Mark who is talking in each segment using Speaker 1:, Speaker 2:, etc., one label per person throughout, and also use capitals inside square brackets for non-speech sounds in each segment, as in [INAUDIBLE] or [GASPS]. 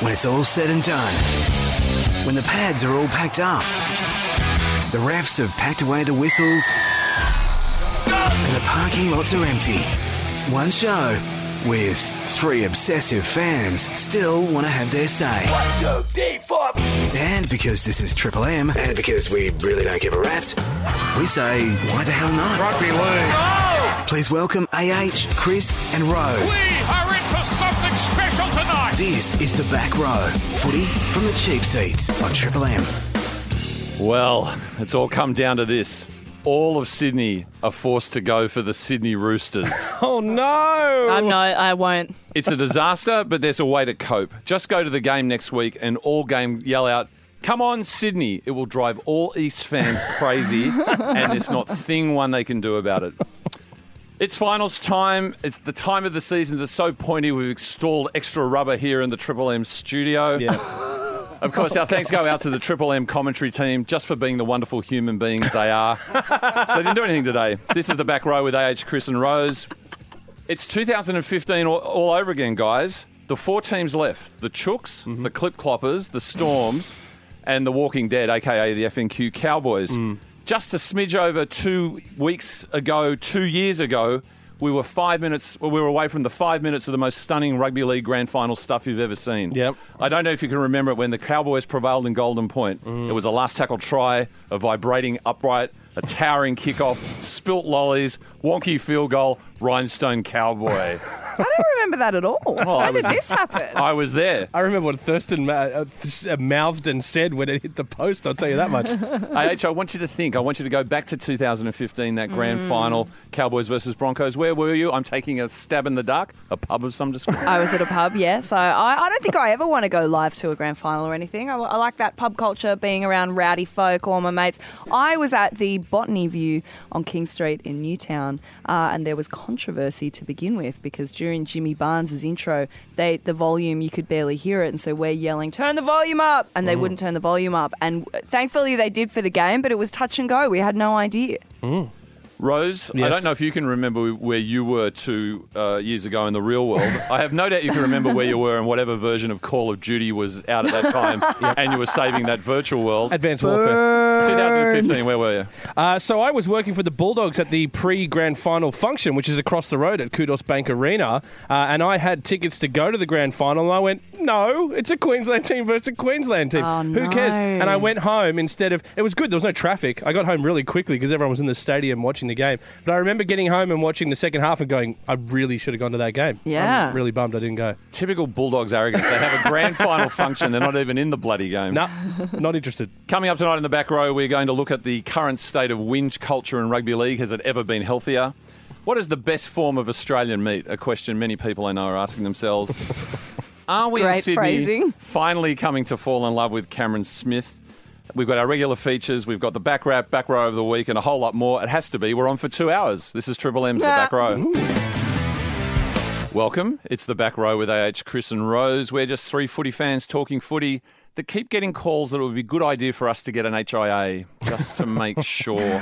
Speaker 1: When it's all said and done, when the pads are all packed up, the refs have packed away the whistles, and the parking lots are empty. One show with three obsessive fans still want to have their say.
Speaker 2: One, two, three, four.
Speaker 1: And because this is Triple M, and because we really don't give a rat's, we say, why the hell not?
Speaker 3: Rugby league.
Speaker 1: Please welcome AH, Chris, and Rose.
Speaker 4: We are in for something special tonight.
Speaker 1: This is the back row. Footy from the cheap seats on Triple M.
Speaker 5: Well, it's all come down to this. All of Sydney are forced to go for the Sydney Roosters.
Speaker 3: Oh no!
Speaker 6: I'm no, I won't.
Speaker 5: It's a disaster, but there's a way to cope. Just go to the game next week and all game yell out, Come on, Sydney. It will drive all East fans crazy, and there's not thing one they can do about it. It's finals time. It's the time of the season that's so pointy. We've installed extra rubber here in the Triple M studio. Of course, our thanks go out to the Triple M commentary team just for being the wonderful human beings they are. so they didn't do anything today. This is the back row with AH, Chris, and Rose. It's 2015 all, all over again, guys. The four teams left the Chooks, the Clip Cloppers, the Storms, and the Walking Dead, aka the FNQ Cowboys. Just a smidge over two weeks ago, two years ago, we were five minutes, well, we were away from the five minutes of the most stunning rugby league grand final stuff you've ever seen.
Speaker 3: Yep.
Speaker 5: I don't know if you can remember it when the Cowboys prevailed in Golden Point. It was a last tackle try, a vibrating upright, a towering kickoff, spilt lollies, wonky field goal, rhinestone cowboy.
Speaker 6: I don't remember that at all.
Speaker 5: Oh, I
Speaker 6: How did
Speaker 5: was-
Speaker 6: this happen?
Speaker 5: I was there.
Speaker 3: I remember what Thurston ma- uh, s- uh, mouthed and said when it hit the post. I'll tell you that much.
Speaker 5: AH, I want you to think. I want you to go back to 2015, that grand
Speaker 3: Mm.
Speaker 5: final, Cowboys versus Broncos. Where were you? I'm taking a stab in the dark, a pub of some
Speaker 3: [LAUGHS]
Speaker 5: description.
Speaker 6: I was at a pub, yeah. So I, I don't think I ever want to go live to a grand final or anything. I, I like that pub culture, being around rowdy folk, all my mates. I was at the Botany View on King Street in Newtown, uh, and there was controversy to begin with because during Jimmy Barnes's intro, they the volume you could barely hear it, and so we're yelling, "Turn the volume up!" and
Speaker 5: Oh.
Speaker 6: they wouldn't turn the volume up. And uh, thankfully, they did for the game, but it was touch and go. We had no idea.
Speaker 5: Rose, I
Speaker 3: Yes.
Speaker 5: don't know if you can remember where you were two uh, years ago in the real world.
Speaker 3: [LAUGHS]
Speaker 5: I have no doubt you can remember where you were and whatever version of Call of Duty was out at that time,
Speaker 3: [LAUGHS]
Speaker 5: and you were saving that virtual world.
Speaker 3: Advanced warfare.
Speaker 5: 2015, where were you?
Speaker 3: Uh, so I was working for the Bulldogs at the pre-grand final function, which is across the road at Kudos Bank Arena, uh, and I had tickets to go to the grand final. And I went, no, it's a Queensland team versus a Queensland team.
Speaker 6: Oh,
Speaker 3: Who cares?
Speaker 6: no.
Speaker 3: And I went home instead of. It was good. There was no traffic. I got home really quickly because everyone was in the stadium watching the game. But I remember getting home and watching the second half and going, I really should have gone to that game.
Speaker 6: Yeah.
Speaker 3: I'm really bummed I didn't go.
Speaker 5: Typical Bulldogs arrogance. They have a grand final function. They're not even in the bloody game.
Speaker 3: No, not interested.
Speaker 5: Coming up tonight in the back row, we're going to look at the current state of whinge culture in rugby league. Has it ever been healthier? What is the best form of Australian meat? A question many people I know are asking themselves.
Speaker 6: [LAUGHS]
Speaker 5: Are we in
Speaker 6: Great
Speaker 5: Sydney
Speaker 6: phrasing.
Speaker 5: finally coming to fall in love with Cameron Smith? We've got our regular features, we've got the back wrap, back row of the week, and a whole lot more. It has to be. We're on for two hours. This is Triple M's The
Speaker 6: Yeah.
Speaker 5: Back Row. Welcome. It's the back row with AH, Chris, and Rose. We're just three footy fans talking footy that keep getting calls that it would be a good idea for us to get an HIA just to
Speaker 6: [LAUGHS]
Speaker 5: make sure.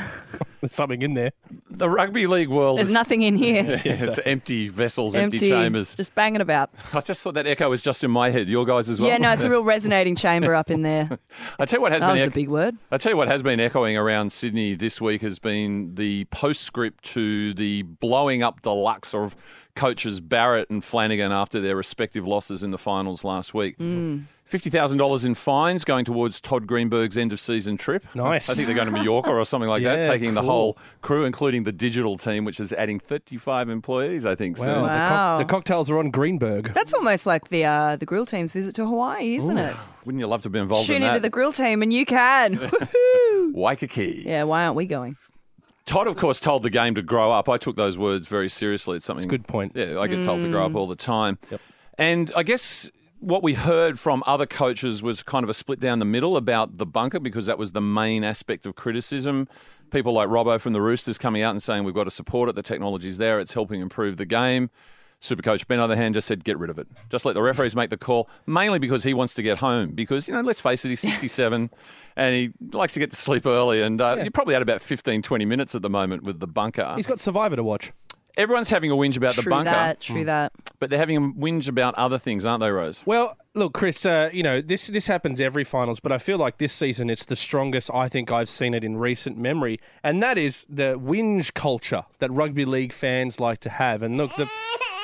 Speaker 3: There's something in there.
Speaker 5: The rugby league world
Speaker 6: There's
Speaker 5: is
Speaker 6: nothing in here.
Speaker 5: [LAUGHS] Yeah, it's empty vessels, empty, chambers.
Speaker 6: just banging about.
Speaker 5: I just thought that echo was just in my head. Your guys as well.
Speaker 6: Yeah, no, it's a real resonating chamber up in there.
Speaker 5: [LAUGHS] I tell you what has
Speaker 6: That
Speaker 5: been
Speaker 6: was a
Speaker 5: ec-
Speaker 6: big word.
Speaker 5: I tell you what has been echoing around Sydney this week has been the postscript to the blowing up deluxe of coaches Barrett and Flanagan after their respective losses in the finals last week.
Speaker 6: Mm.
Speaker 5: Fifty thousand dollars in fines going towards Todd Greenberg's end of season trip.
Speaker 3: Nice.
Speaker 5: I think they're going to Mallorca or something like that,
Speaker 3: Yeah,
Speaker 5: taking the
Speaker 3: cool.
Speaker 5: whole crew, including the digital team, which is adding thirty-five employees. I think. soon.
Speaker 3: Wow. The,
Speaker 6: Wow.
Speaker 3: the cocktails are on Greenberg.
Speaker 6: That's almost like the uh, the grill team's visit to Hawaii, isn't it?
Speaker 5: Wouldn't you love to be involved
Speaker 6: Tune
Speaker 5: in that?
Speaker 6: into the grill team and you can.
Speaker 5: [LAUGHS]
Speaker 6: [LAUGHS] Woohoo!
Speaker 5: Waikiki.
Speaker 6: yeah, why aren't we going?
Speaker 5: Todd, of course, told the game to grow up. I took those words very seriously. It's something.
Speaker 3: a good point. Mm.
Speaker 5: Yeah, I get told to grow up all the time. And I guess what we heard from other coaches was kind of a split down the middle about the bunker because that was the main aspect of criticism. People like Robbo from the Roosters coming out and saying we've got to support it. The technology's there. It's helping improve the game. Supercoach Ben, on the other hand, just said get rid of it. Just let the referees make the call, mainly because he wants to get home. Because you know, let's face it, he's 67 and he likes to get to sleep early. And uh, you're probably at about 15, 20 minutes at the moment with the bunker.
Speaker 3: He's got Survivor to watch.
Speaker 5: Everyone's having a whinge about the
Speaker 6: true
Speaker 5: bunker. Hmm.
Speaker 6: that, true that.
Speaker 5: but they're having a whinge about other things, aren't they, Rose?
Speaker 3: Well, look, Chris. Uh, you know this this happens every finals, but I feel like this season it's the strongest I think I've seen it in recent memory, and that is the whinge culture that rugby league fans like to have. And look, the
Speaker 6: [LAUGHS]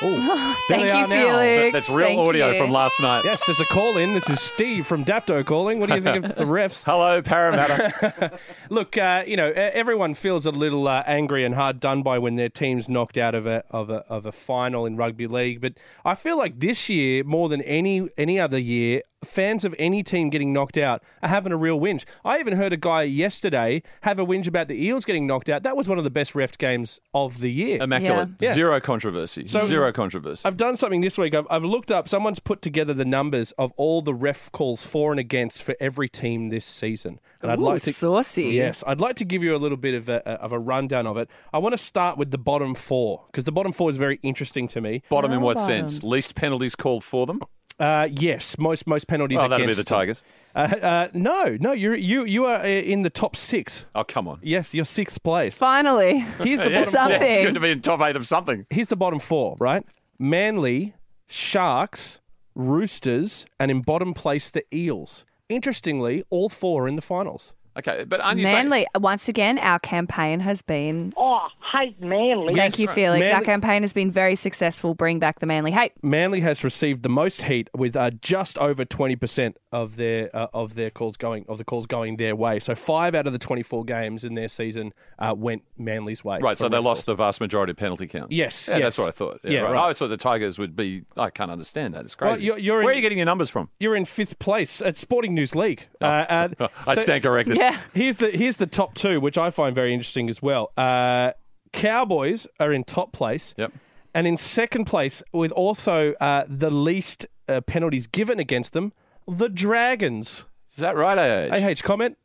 Speaker 3: oh,
Speaker 6: Thank you, Felix.
Speaker 5: That's real
Speaker 6: Thank
Speaker 5: audio
Speaker 6: you.
Speaker 5: from last night.
Speaker 3: Yes, there's a call in. This is Steve from Dapto calling. What do you think of the refs?
Speaker 5: Hello,
Speaker 3: [LAUGHS]
Speaker 5: Parramatta.
Speaker 3: Look, uh, you know, e- everyone feels a little uh, angry and hard done by when their team's knocked out of a, of a of a final in rugby league. But I feel like this year, more than any any other year, fans of any team getting knocked out are having a real whinge. I even heard a guy yesterday have a whinge about the Eels getting knocked out. That was one of the best ref games of the year.
Speaker 5: Immaculate.
Speaker 3: Yeah.
Speaker 5: Zero controversy. Zero controversy.
Speaker 3: I've done something this week. I've, I've looked up. Someone's put together the numbers of all the ref calls for and against for every team this season, and I'd
Speaker 6: Ooh,
Speaker 3: like to
Speaker 6: saucy.
Speaker 3: Yes, I'd like to give you a little bit of a, of a rundown of it. I want to start with the bottom four because the bottom four is very interesting to me.
Speaker 5: Bottom in what
Speaker 6: Bottoms.
Speaker 5: sense? Least penalties called for them?
Speaker 3: Uh, yes, most most penalties.
Speaker 5: Oh, that'll be
Speaker 3: against
Speaker 5: the Tigers.
Speaker 3: them. Uh, uh, no, no, you you you are uh, in the top six.
Speaker 5: Oh, come on.
Speaker 3: Yes, you're sixth place.
Speaker 5: [LAUGHS]
Speaker 6: Finally.
Speaker 3: Here's the
Speaker 5: Yeah,
Speaker 3: bottom four.
Speaker 6: Something.
Speaker 5: It's good to be in top eight of something.
Speaker 3: here's the bottom four, right? Manly, Sharks, Roosters, and in bottom place the Eels. Interestingly, all four are in the finals.
Speaker 5: Okay, but aren't you saying...
Speaker 6: Manly, once again, our campaign has been.
Speaker 2: Oh, hate Manly.
Speaker 6: Thank you, Felix. Our
Speaker 3: Manly-
Speaker 6: campaign has been very successful. Bring back the Manly. Hey,
Speaker 3: Manly has received the most heat with uh, just over twenty percent of their uh, of their calls going of the calls going their way. So five out of the twenty four games in their season uh, went Manly's way.
Speaker 5: Right, so
Speaker 3: From
Speaker 5: they
Speaker 3: Red
Speaker 5: lost the vast majority of penalty counts.
Speaker 3: Yes,
Speaker 5: yeah,
Speaker 3: yes.
Speaker 5: that's what I thought. Yeah,
Speaker 3: Yeah,
Speaker 5: right.
Speaker 3: right.
Speaker 5: I always thought the Tigers would be. I can't understand that. It's
Speaker 3: Well,
Speaker 5: crazy.
Speaker 3: you're- you're
Speaker 5: Where
Speaker 3: in-
Speaker 5: are you getting your numbers from?
Speaker 3: Bull. You're in fifth place at Sporting News League.
Speaker 5: Oh.
Speaker 3: Uh,
Speaker 5: [LAUGHS]
Speaker 3: uh,
Speaker 5: I
Speaker 3: so-
Speaker 5: stand
Speaker 3: [LAUGHS]
Speaker 5: corrected.
Speaker 6: yeah.
Speaker 3: Here's the here's the top two, which I find very interesting as well. Uh, Cowboys are in top place.
Speaker 5: Yep.
Speaker 3: And in second place, with also uh, the least uh, penalties given against them, the Dragons.
Speaker 5: Is that right, AH?
Speaker 3: AH, comment?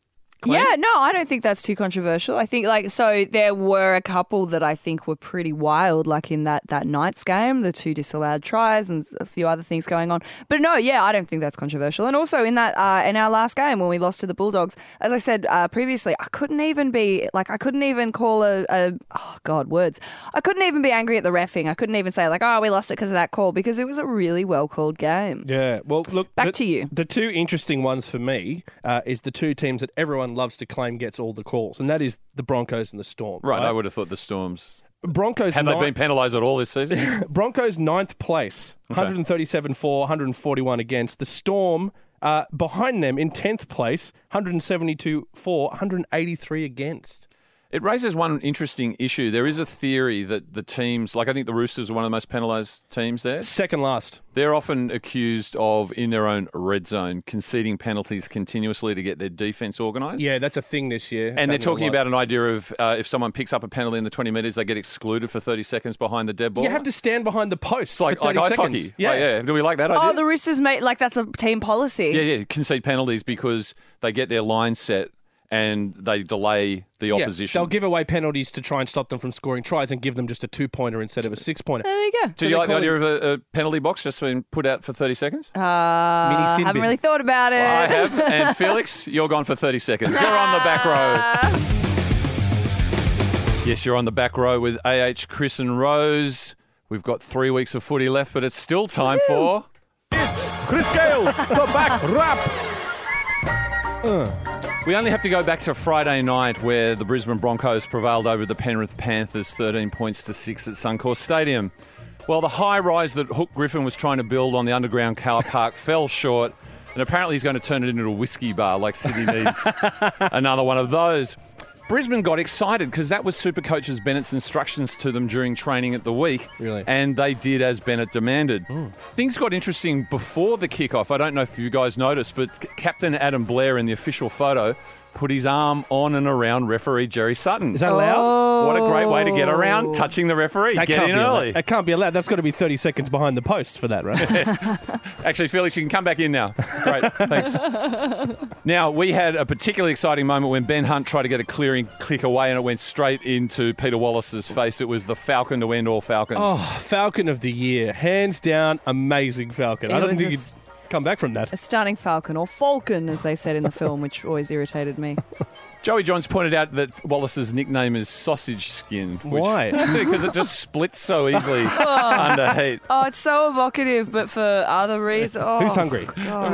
Speaker 6: Yeah, no, I don't think that's too controversial. I think like so there were a couple that I think were pretty wild, like in that that Knights game, the two disallowed tries and a few other things going on. But no, yeah, I don't think that's controversial. And also in that uh, in our last game when we lost to the Bulldogs, as I said uh, previously, I couldn't even be like I couldn't even call a, a oh god words. I couldn't even be angry at the refing. I couldn't even say like oh we lost it because of that call because it was a really well called game.
Speaker 3: Yeah. Well, look.
Speaker 6: Back
Speaker 3: the-
Speaker 6: to you.
Speaker 3: The two interesting ones for me uh, is the two teams that everyone loves to claim gets all the calls, and that is the Broncos and the Storm.
Speaker 5: Right, I would have thought the Storms.
Speaker 3: Broncos.
Speaker 5: Have they
Speaker 3: nine-
Speaker 5: been penalised at all
Speaker 3: [LAUGHS]
Speaker 5: this season?
Speaker 3: Broncos ninth place, 137 for, 141 against. The Storm uh, behind them in tenth place, 172 for, 183 against.
Speaker 5: it raises one interesting issue. There is a theory that the teams, like I think the Roosters are one of the most penalised teams there.
Speaker 3: Second last.
Speaker 5: They're often accused of, in their own red zone, conceding penalties continuously to get their defence organised.
Speaker 3: Yeah, that's a thing this year. It's
Speaker 5: And they're
Speaker 3: happening a
Speaker 5: talking
Speaker 3: lot.
Speaker 5: about an idea of uh, if someone picks up a penalty in the 20 metres, they get excluded for 30 seconds behind the dead ball.
Speaker 3: You have to stand behind the post.
Speaker 5: It's like,
Speaker 3: for 30
Speaker 5: like ice
Speaker 3: seconds.
Speaker 5: hockey. Yeah. yeah. Do we like that idea?
Speaker 6: Oh, the Roosters mate, like that's a team policy.
Speaker 5: yeah, yeah. Concede penalties because they get their line set and they delay the
Speaker 3: Yeah,
Speaker 5: opposition.
Speaker 3: They'll give away penalties to try and stop them from scoring tries and give them just a two pointer instead of a six pointer.
Speaker 6: There you go.
Speaker 5: Do
Speaker 3: so
Speaker 5: you
Speaker 3: they
Speaker 5: like the
Speaker 3: call
Speaker 5: idea of a, a penalty box just being put out for 30 seconds?
Speaker 3: Mini
Speaker 6: I
Speaker 3: sin
Speaker 6: haven't
Speaker 3: bin.
Speaker 6: really thought about it.
Speaker 3: [LAUGHS]
Speaker 5: I have. And Felix, you're gone for 30 seconds. You're on the
Speaker 3: [LAUGHS]
Speaker 5: back row. Yes, you're on the back row with AH, Chris, and Rose. We've got three weeks of footy left, but it's still time for.
Speaker 3: Chris Gales, the back rap.
Speaker 5: We only have to go back to Friday night where the Brisbane Broncos prevailed over the Penrith Panthers 13 points to 6 at Suncorp Stadium. Well, the high rise that Hook Griffin was trying to build on the underground car park [LAUGHS] fell short, and apparently he's going to turn it into a whiskey bar like Sydney needs another one of those. Brisbane got excited because that was Supercoach's Bennett's instructions to them during training at the week.
Speaker 3: Really?
Speaker 5: And they did as Bennett demanded.
Speaker 3: Hmm.
Speaker 5: Things got interesting before the kickoff. I don't know if you guys noticed, but C- Captain Adam Blair in the official photo put his arm on and around referee Jerry Sutton.
Speaker 3: Is that allowed?
Speaker 5: what a great way to get around, touching the referee,
Speaker 3: That
Speaker 5: get
Speaker 3: can't
Speaker 5: in
Speaker 3: be allowed.
Speaker 5: early.
Speaker 3: That can't be allowed. That's got to be 30 seconds behind the post for that,
Speaker 5: [LAUGHS]
Speaker 3: right?
Speaker 5: Actually, Felix, you can come back in now.
Speaker 3: [LAUGHS]
Speaker 5: Great, thanks. Now, we had a particularly exciting moment when Ben Hunt tried to get a clearing click away and it went straight into Peter Wallace's face. It was the Falcon to end all Falcons.
Speaker 3: oh, Falcon of the Year. Hands down, amazing Falcon. I
Speaker 6: It
Speaker 3: don't
Speaker 6: was
Speaker 3: think
Speaker 6: a
Speaker 3: you
Speaker 6: s-
Speaker 3: Come back from
Speaker 6: A
Speaker 3: that.
Speaker 6: stunning falcon, or falcon, as they said in the film, which always irritated me.
Speaker 5: Joey Johns pointed out that Wallace's nickname is Sausage Skin. Which,
Speaker 3: Why?
Speaker 5: [LAUGHS] because it just splits
Speaker 3: [LAUGHS]
Speaker 5: so easily under heat.
Speaker 6: [LAUGHS]
Speaker 5: [LAUGHS]
Speaker 6: Oh, it's so evocative, but for other reasons. Oh.
Speaker 3: Who's hungry? Mm.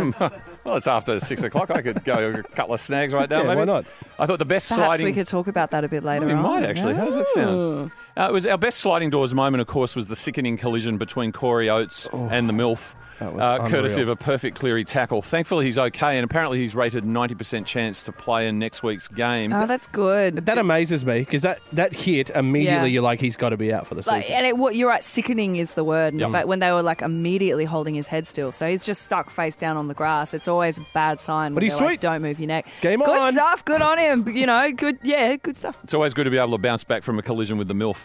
Speaker 5: Well, it's after six o'clock. I could go a couple of snags right now.
Speaker 3: Yeah, why
Speaker 5: maybe.
Speaker 3: not?
Speaker 5: I thought the best
Speaker 6: Perhaps
Speaker 5: sliding. [LAUGHS]
Speaker 6: we could Oh. talk about that a bit later
Speaker 5: We
Speaker 6: on.
Speaker 5: might actually. How does that sound? Uh, it was our best sliding doors moment. Of course, was the sickening collision between Corey Oates and the MILF.
Speaker 3: Oh. That was
Speaker 5: uh, courtesy of
Speaker 3: unreal.
Speaker 5: a perfect Cleary tackle. Thankfully, he's okay, and apparently, he's rated 90% chance to play in next week's game.
Speaker 6: Oh, that's good.
Speaker 3: That amazes me because that, that hit immediately
Speaker 6: Yeah.
Speaker 3: you're like he's got to be out for the
Speaker 6: like,
Speaker 3: season.
Speaker 6: and it, what you're right, sickening is the word. And
Speaker 5: Yeah.
Speaker 6: the fact when they were like immediately holding his head still, so he's just stuck face down on the grass. It's always a bad sign.
Speaker 3: But
Speaker 6: when
Speaker 3: he's
Speaker 6: they're
Speaker 3: sweet.
Speaker 6: Like, Don't move your neck.
Speaker 3: Game
Speaker 6: good
Speaker 3: on.
Speaker 6: stuff. Good on him. You know, good. Yeah, good stuff.
Speaker 5: It's always good to be able to bounce back from a collision with the MILF.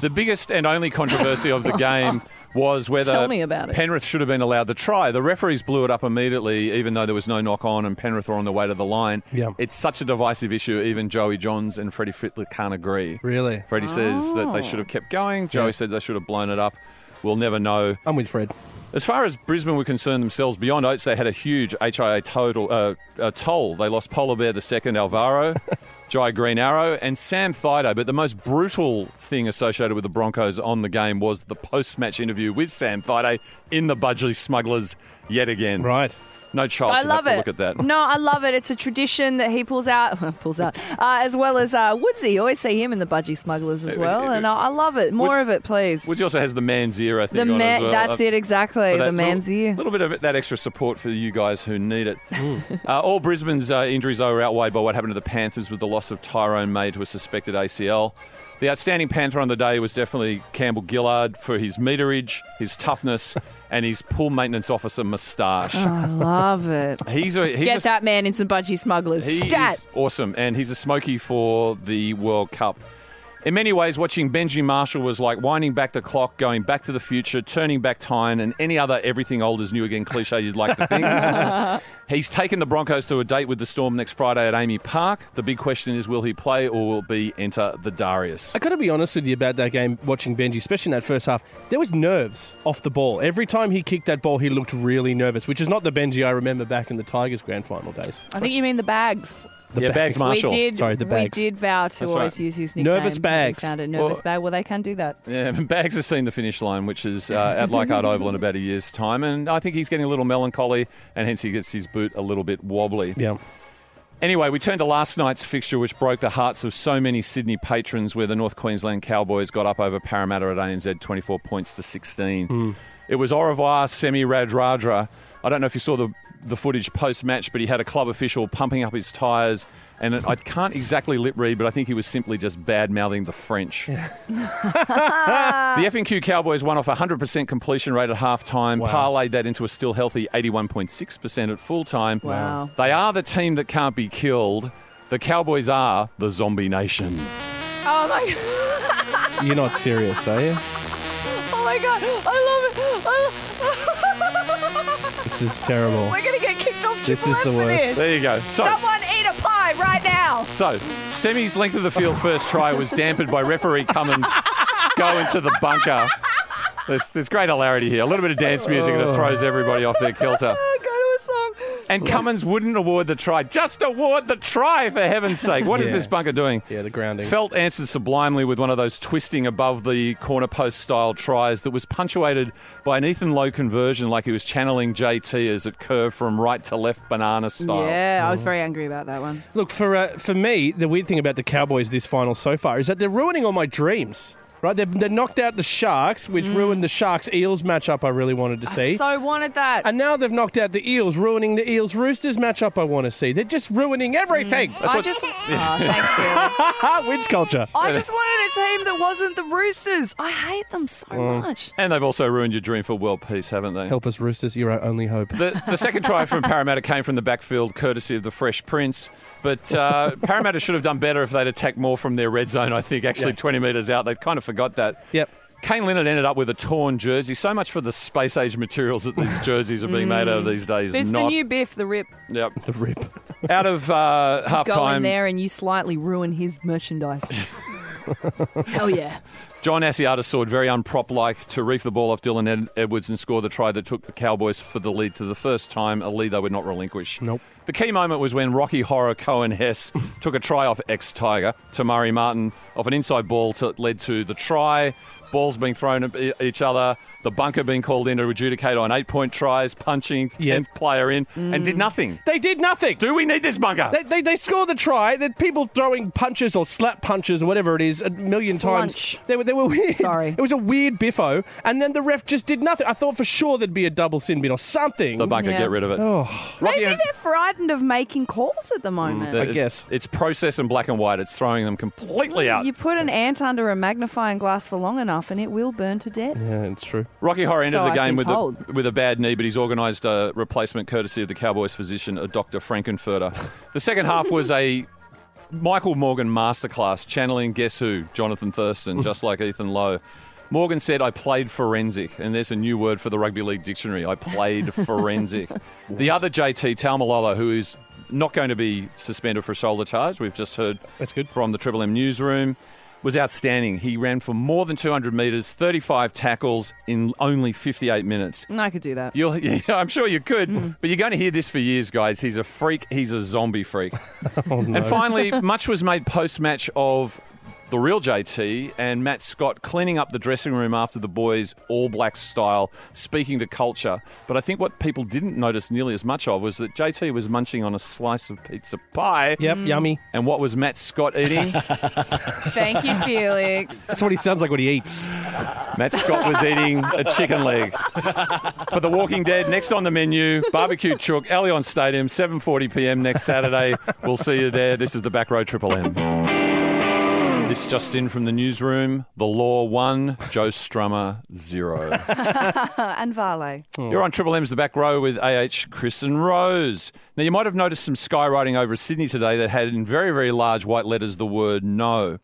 Speaker 5: The biggest and only controversy of the game
Speaker 6: [LAUGHS]
Speaker 5: was whether
Speaker 6: Tell me about it.
Speaker 5: Penrith should have been allowed the try. The referees blew it up immediately, even though there was no knock on and Penrith were on their way to the line.
Speaker 3: Yeah.
Speaker 5: It's such a divisive issue, even Joey Johns and Freddie Fitler can't agree.
Speaker 3: really?
Speaker 5: Freddie says that
Speaker 6: Oh.
Speaker 5: they should have kept going. Joey
Speaker 3: Yeah.
Speaker 5: said they should have blown it up. We'll never know.
Speaker 3: I'm with Fred.
Speaker 5: As far as Brisbane were concerned themselves, beyond Oates, they had a huge HIA total uh, uh, toll. They lost Polar Bear the second, Alvaro, Jai Green Arrow, and Sam Fido. But the most brutal thing associated with the Broncos on the game was the post-match interview with Sam Fido in the Budgley Smugglers yet again.
Speaker 3: Right.
Speaker 5: No child.
Speaker 6: I
Speaker 5: should have
Speaker 6: love
Speaker 5: to
Speaker 6: it.
Speaker 5: Look at that.
Speaker 6: No, I love it. It's a tradition that he pulls out, [LAUGHS] pulls out, uh, as well as uh, Woodsy. You always see him in the Budgie Smugglers as well, and I, I love it. More
Speaker 5: Wood-
Speaker 6: of it, please.
Speaker 5: Which also has the man's ear, I think.
Speaker 6: the
Speaker 5: on
Speaker 6: man,
Speaker 5: as well.
Speaker 6: that's
Speaker 5: Uh,
Speaker 6: it exactly.
Speaker 5: for
Speaker 6: The
Speaker 5: that
Speaker 6: man's
Speaker 5: little,
Speaker 6: ear.
Speaker 5: little bit of that extra support for you guys who need it. Uh, all Brisbane's uh, injuries though, were outweighed by what happened to the Panthers with the loss of Tyrone May to a suspected ACL. The outstanding Panther on the day was definitely Campbell Gillard for his meterage, his toughness, [LAUGHS] and his pool maintenance officer
Speaker 6: [LAUGHS]
Speaker 5: moustache.
Speaker 6: I love it.
Speaker 5: He's a [LAUGHS] he's
Speaker 2: Get
Speaker 5: a,
Speaker 2: that man in some budgie smugglers.
Speaker 5: he
Speaker 2: Stat.
Speaker 5: is awesome, and he's a smoky for the World Cup. In many ways, watching Benji Marshall was like winding back the clock, going back to the future, turning back time, and any other everything old is new again cliche you'd like to
Speaker 2: [LAUGHS]
Speaker 5: think. he's taken the Broncos to a date with the Storm next Friday at Amy Park. The big question is will he play or will be enter the Darius?
Speaker 3: I got to be honest with you about that game. Watching Benji, especially in that first half, there was nerves off the ball. Every time he kicked that ball, he looked really nervous, which is not the Benji I remember back in the Tigers' grand final days.
Speaker 6: I think you mean the bags.
Speaker 5: yeah, Bags,
Speaker 3: bags.
Speaker 5: Marshall.
Speaker 2: We did.
Speaker 3: Sorry, the
Speaker 2: we
Speaker 3: bags.
Speaker 2: did vow to
Speaker 5: That's
Speaker 2: always
Speaker 5: right.
Speaker 2: use his nickname.
Speaker 3: Nervous bags.
Speaker 2: We found a nervous
Speaker 5: Well-
Speaker 2: bag. Well, they can do that.
Speaker 5: Yeah, [LAUGHS] Bags has seen the finish line, which is uh, at Leichhardt Oval in about a year's time, and I think he's getting a little melancholy, and hence he gets his boot a little bit wobbly.
Speaker 3: Yeah.
Speaker 5: Anyway, we turn to last night's fixture, which broke the hearts of so many Sydney patrons, where the North Queensland Cowboys got up over Parramatta at ANZ 24 points to 16. It was Oravire Semi Radradra. I don't know if you saw the, the footage post match, but he had a club official pumping up his tyres. And I can't exactly lip read, but I think he was simply just bad mouthing the French. [LAUGHS] The FNQ Cowboys won off a 100% completion rate at half time, parlayed that into a still healthy 81.6% at full time.
Speaker 2: Wow.
Speaker 5: They are the team that can't be killed. The Cowboys are the zombie nation.
Speaker 6: Oh my [LAUGHS] god!
Speaker 3: You're not serious, are you?
Speaker 6: Oh my god! I love it! [LAUGHS] I love-
Speaker 3: This is terrible.
Speaker 6: We're gonna get kicked off
Speaker 3: This
Speaker 6: Triple
Speaker 3: is
Speaker 6: M
Speaker 3: the
Speaker 6: for
Speaker 3: worst.
Speaker 6: this.
Speaker 5: There you go. So,
Speaker 6: Someone eat a pie right now.
Speaker 5: so Semi's length of the field first try was dampened by referee Cummins going to the bunker. There's, there's great hilarity here. A little bit of dance music that throws everybody off their kilter.
Speaker 6: [LAUGHS] Oh, go to a song.
Speaker 5: And Cummins wouldn't award the try. Just award the try, for heaven's sake. What is
Speaker 3: Yeah.
Speaker 5: this bunker doing?
Speaker 3: Yeah, the grounding.
Speaker 5: Felt answered sublimely with one of those twisting above the corner post style tries that was punctuated by an Ethan Lowe conversion, like he was channeling JT as it curved from right to left banana style.
Speaker 2: Yeah, I was very angry about that one.
Speaker 3: Look for uh, for me, the weird thing about the Cowboys this final so far is that they're ruining all my dreams. Right, they, they knocked out the Sharks, which ruined the Sharks Eels matchup I really wanted to see.
Speaker 6: So wanted that.
Speaker 3: and now they've knocked out the Eels, ruining the Eels Roosters matchup I want to see. They're just ruining everything.
Speaker 5: Mm.
Speaker 3: [LAUGHS]
Speaker 6: I just, oh, thanks, Felix.
Speaker 3: Ah, witch culture.
Speaker 6: I just wanted a team that wasn't the Roosters. I hate them so
Speaker 5: Mm.
Speaker 6: much.
Speaker 5: And they've also ruined your dream for world peace, haven't they?
Speaker 3: Help us, Roosters. You're our only hope.
Speaker 5: The, the second try from Parramatta came from the backfield, courtesy of the Fresh Prince. But uh, Parramatta should have done better if they'd attacked more from their red zone, I think, actually 20 metres out. They kind of forgot that.
Speaker 3: Yep.
Speaker 5: Kane Leonard ended up with a torn jersey. So much for the space age materials that these jerseys are being made out of these days.
Speaker 6: Mm. There's
Speaker 5: Not,
Speaker 6: the new Biff, the rip.
Speaker 5: yep.
Speaker 3: The rip.
Speaker 5: Out of uh, half
Speaker 6: Go in
Speaker 3: [LAUGHS]
Speaker 5: time,
Speaker 6: there and you slightly ruin his merchandise.
Speaker 2: Hell yeah.
Speaker 5: John Asiata soared very unprop like to reef the ball off Dylan Ed- Edwards and score the try that took the Cowboys for the lead to the first time, a lead they would not relinquish.
Speaker 3: Nope.
Speaker 5: The key moment was when Rocky Horror
Speaker 3: [LAUGHS]
Speaker 5: Cohen Hess took a try off ex Tiger to Murray Martin off an inside ball that led to the try, balls being thrown at e- each other, the bunker being called in to adjudicate on eight point tries, punching, 10th
Speaker 3: Yep.
Speaker 5: player in, and did nothing.
Speaker 3: They did nothing.
Speaker 5: Do we need this bunker?
Speaker 3: They, they, they scored the try. The people throwing punches or slap punches or whatever it is a million
Speaker 6: Slunch.
Speaker 3: times. They were they were weird.
Speaker 6: Sorry.
Speaker 3: it was a weird biffo, and then the ref just did nothing. I thought for sure there'd be a double sin bin or something.
Speaker 5: the bunker,
Speaker 6: Yeah.
Speaker 5: get rid of it.
Speaker 3: Oh.
Speaker 5: Rocky
Speaker 6: Maybe they're frightened of making calls at the
Speaker 3: Mm,
Speaker 6: moment.
Speaker 5: I
Speaker 3: guess.
Speaker 5: It's process and black and white. It's throwing them completely out.
Speaker 6: You put an ant under a magnifying glass for long enough and it will burn to death.
Speaker 3: yeah, it's true.
Speaker 5: Rocky Horror ended
Speaker 6: So
Speaker 5: the
Speaker 6: I've
Speaker 5: game with
Speaker 6: been told.
Speaker 5: a, with a bad knee, but he's organised a replacement courtesy of the Cowboys physician, a Dr. Frankenfurter. The second half was a Michael Morgan masterclass, channeling guess who?
Speaker 3: [LAUGHS]
Speaker 5: Jonathan Thurston, just like Ethan Lowe. Morgan said, I played forensic, and there's a new word for the rugby league dictionary. I
Speaker 3: [LAUGHS]
Speaker 5: played forensic. the other JT, Talmalolo, who is not going to be suspended for a shoulder charge, we've just heard
Speaker 3: That's good.
Speaker 5: from the Triple M newsroom, was outstanding. He ran for more than 200 metres, 35 tackles in only 58 minutes.
Speaker 3: Mm.
Speaker 6: I could
Speaker 3: [LAUGHS]
Speaker 6: do that.
Speaker 5: You'll, [LAUGHS] yeah, I'm sure you could, but you're going to hear this for years, guys. He's a freak. He's a zombie freak. And finally, much was made post match of the real JT and Matt Scott cleaning up the dressing room after the boys, all black style, speaking to culture. But I think what people didn't notice nearly as much of was that JT was munching on a slice of pizza pie.
Speaker 3: Yep, yummy.
Speaker 5: And what was Matt Scott eating?
Speaker 6: Thank you, Felix.
Speaker 3: That's what he sounds like when he eats.
Speaker 5: Matt Scott was eating a chicken leg. For The Walking Dead, next on the menu, barbecue chook, Allianz Stadium, 7:40 p.m. next Saturday. We'll see you there. This is the Back Row Triple M. This just in from the newsroom: The Law one, Joe Strummer zero.
Speaker 6: and Vale.
Speaker 3: Oh,
Speaker 5: You're on Triple M's The Back Row with AH, Chris and Rose. Now, you might have noticed some skywriting over Sydney today that had in very, very large white letters the word no.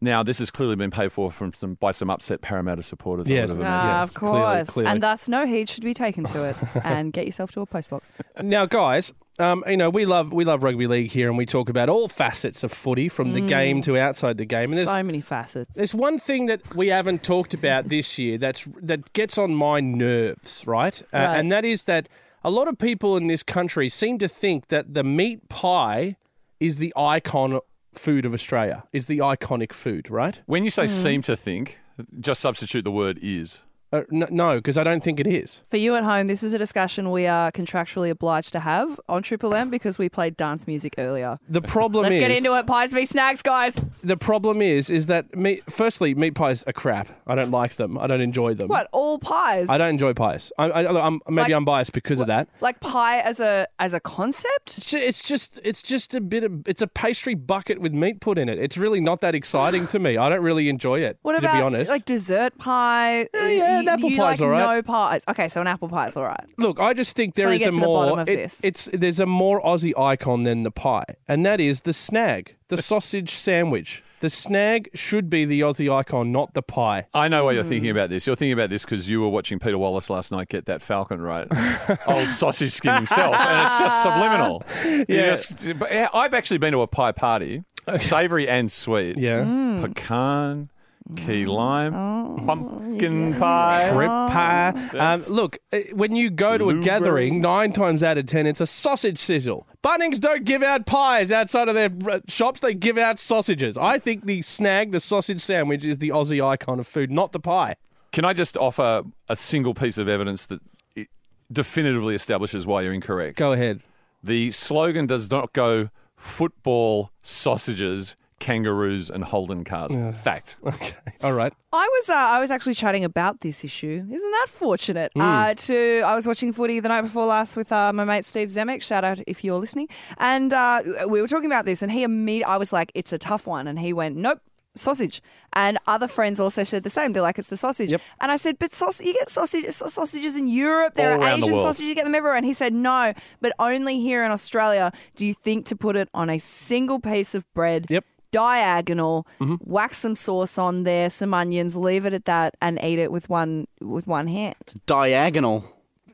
Speaker 5: Now, this has clearly been paid for from some, by some upset Parramatta supporters. I
Speaker 3: Yes.
Speaker 5: would have
Speaker 3: Ah,
Speaker 5: imagined.
Speaker 3: Yeah,
Speaker 6: Uh, of
Speaker 3: clearly,
Speaker 6: course.
Speaker 3: clearly.
Speaker 6: And thus, no heed should be taken
Speaker 3: [LAUGHS]
Speaker 6: to it. and get yourself to a postbox.
Speaker 3: Now, guys, um, you know we love we love rugby league here, and we talk about all facets of footy, from the game to outside the game. And there's
Speaker 6: Mm. so many facets.
Speaker 3: there's one thing that we haven't talked about this year that's that gets on my nerves, right? Uh,
Speaker 6: Right.
Speaker 3: and that is that a lot of people in this country seem to think that the meat pie is the icon food of Australia, is the iconic food, right?
Speaker 5: When you say seem to think, just substitute the word is.
Speaker 3: Uh, n- no, because I don't think it is.
Speaker 6: For you at home, this is a discussion we are contractually obliged to have on Triple M because we played dance music earlier.
Speaker 3: The problem
Speaker 6: Let's
Speaker 3: is
Speaker 6: get into it. Pies v snacks, guys.
Speaker 3: the problem is is that meat. Firstly, meat pies are crap. I don't like them. I don't enjoy them.
Speaker 6: What? All pies?
Speaker 3: I don't enjoy pies. I, I, I'm maybe
Speaker 6: Like-
Speaker 3: I'm biased because of that.
Speaker 6: Like pie as a as a concept?
Speaker 3: Ju- It's just it's just a bit of it's a pastry bucket with meat put in it. It's really not that exciting to me. I don't really enjoy it.
Speaker 6: What
Speaker 3: to
Speaker 6: about
Speaker 3: be honest?
Speaker 6: like dessert pie? Uh,
Speaker 3: yeah, an
Speaker 6: You-
Speaker 3: apple
Speaker 6: you
Speaker 3: pie's
Speaker 6: like
Speaker 3: all right.
Speaker 6: No pies. Okay, so an apple pie's all right.
Speaker 3: Look, I just think there
Speaker 6: wanna
Speaker 3: is
Speaker 6: get
Speaker 3: a
Speaker 6: to the
Speaker 3: more
Speaker 6: bottom of
Speaker 3: it-
Speaker 6: this.
Speaker 3: it's there's a more Aussie icon than the pie, and that is the snag, the sausage sandwich. The snag should be the Aussie icon, not the pie.
Speaker 5: I know why
Speaker 3: Hmm.
Speaker 5: you're thinking about this. You're thinking about this because you were watching Peter Wallace last night get that
Speaker 3: [LAUGHS]
Speaker 5: falcon right. Old sausage skin himself. And it's
Speaker 3: [LAUGHS]
Speaker 5: just subliminal. You
Speaker 3: Yeah.
Speaker 5: just- but yeah, I've actually been to a pie party, savory and sweet. Hmm.
Speaker 3: Yeah,
Speaker 6: Mm.
Speaker 3: Hmm.
Speaker 5: Pecan, key lime, pumpkin pie.
Speaker 3: Oh, shrimp
Speaker 6: Oh.
Speaker 3: pie. Um, look, uh, when you go to a
Speaker 5: Blueberry.
Speaker 3: gathering, nine times out of ten, it's a sausage sizzle. Bunnings don't give out pies outside of their r- shops; they give out sausages. I think the snag, the sausage sandwich, is the Aussie icon of food, not the pie.
Speaker 5: Can I just offer a single piece of evidence that it definitively establishes why you're incorrect?
Speaker 3: Go ahead. [LAUGHS]
Speaker 5: The slogan does not go football, sausages, kangaroos, and Holden cars. Fact.
Speaker 3: Okay. All right.
Speaker 6: I was uh, I was actually chatting about this issue. Isn't that fortunate?
Speaker 3: Hmm.
Speaker 6: Uh, to I was watching footy the night before last with uh, my mate Steve Zemek. Shout out if you're listening. And uh, we were talking about this, and he immediately I was like, "It's a tough one," and he went, "Nope." Sausage, and other friends also said the same. They're like, it's the sausage,
Speaker 3: Yep.
Speaker 6: and I said, but sausage, you get sausages, sausages in Europe. There
Speaker 5: All
Speaker 6: are
Speaker 5: around the
Speaker 6: Asian
Speaker 5: world.
Speaker 6: sausages, you get them everywhere. And he said, no, but only here in Australia do you think to put it on a single piece of bread
Speaker 3: Yep.
Speaker 6: diagonal,
Speaker 3: Mm-hmm.
Speaker 6: whack some sauce on there, some onions, leave it at that, and eat it with one with one hand.
Speaker 7: Diagonal.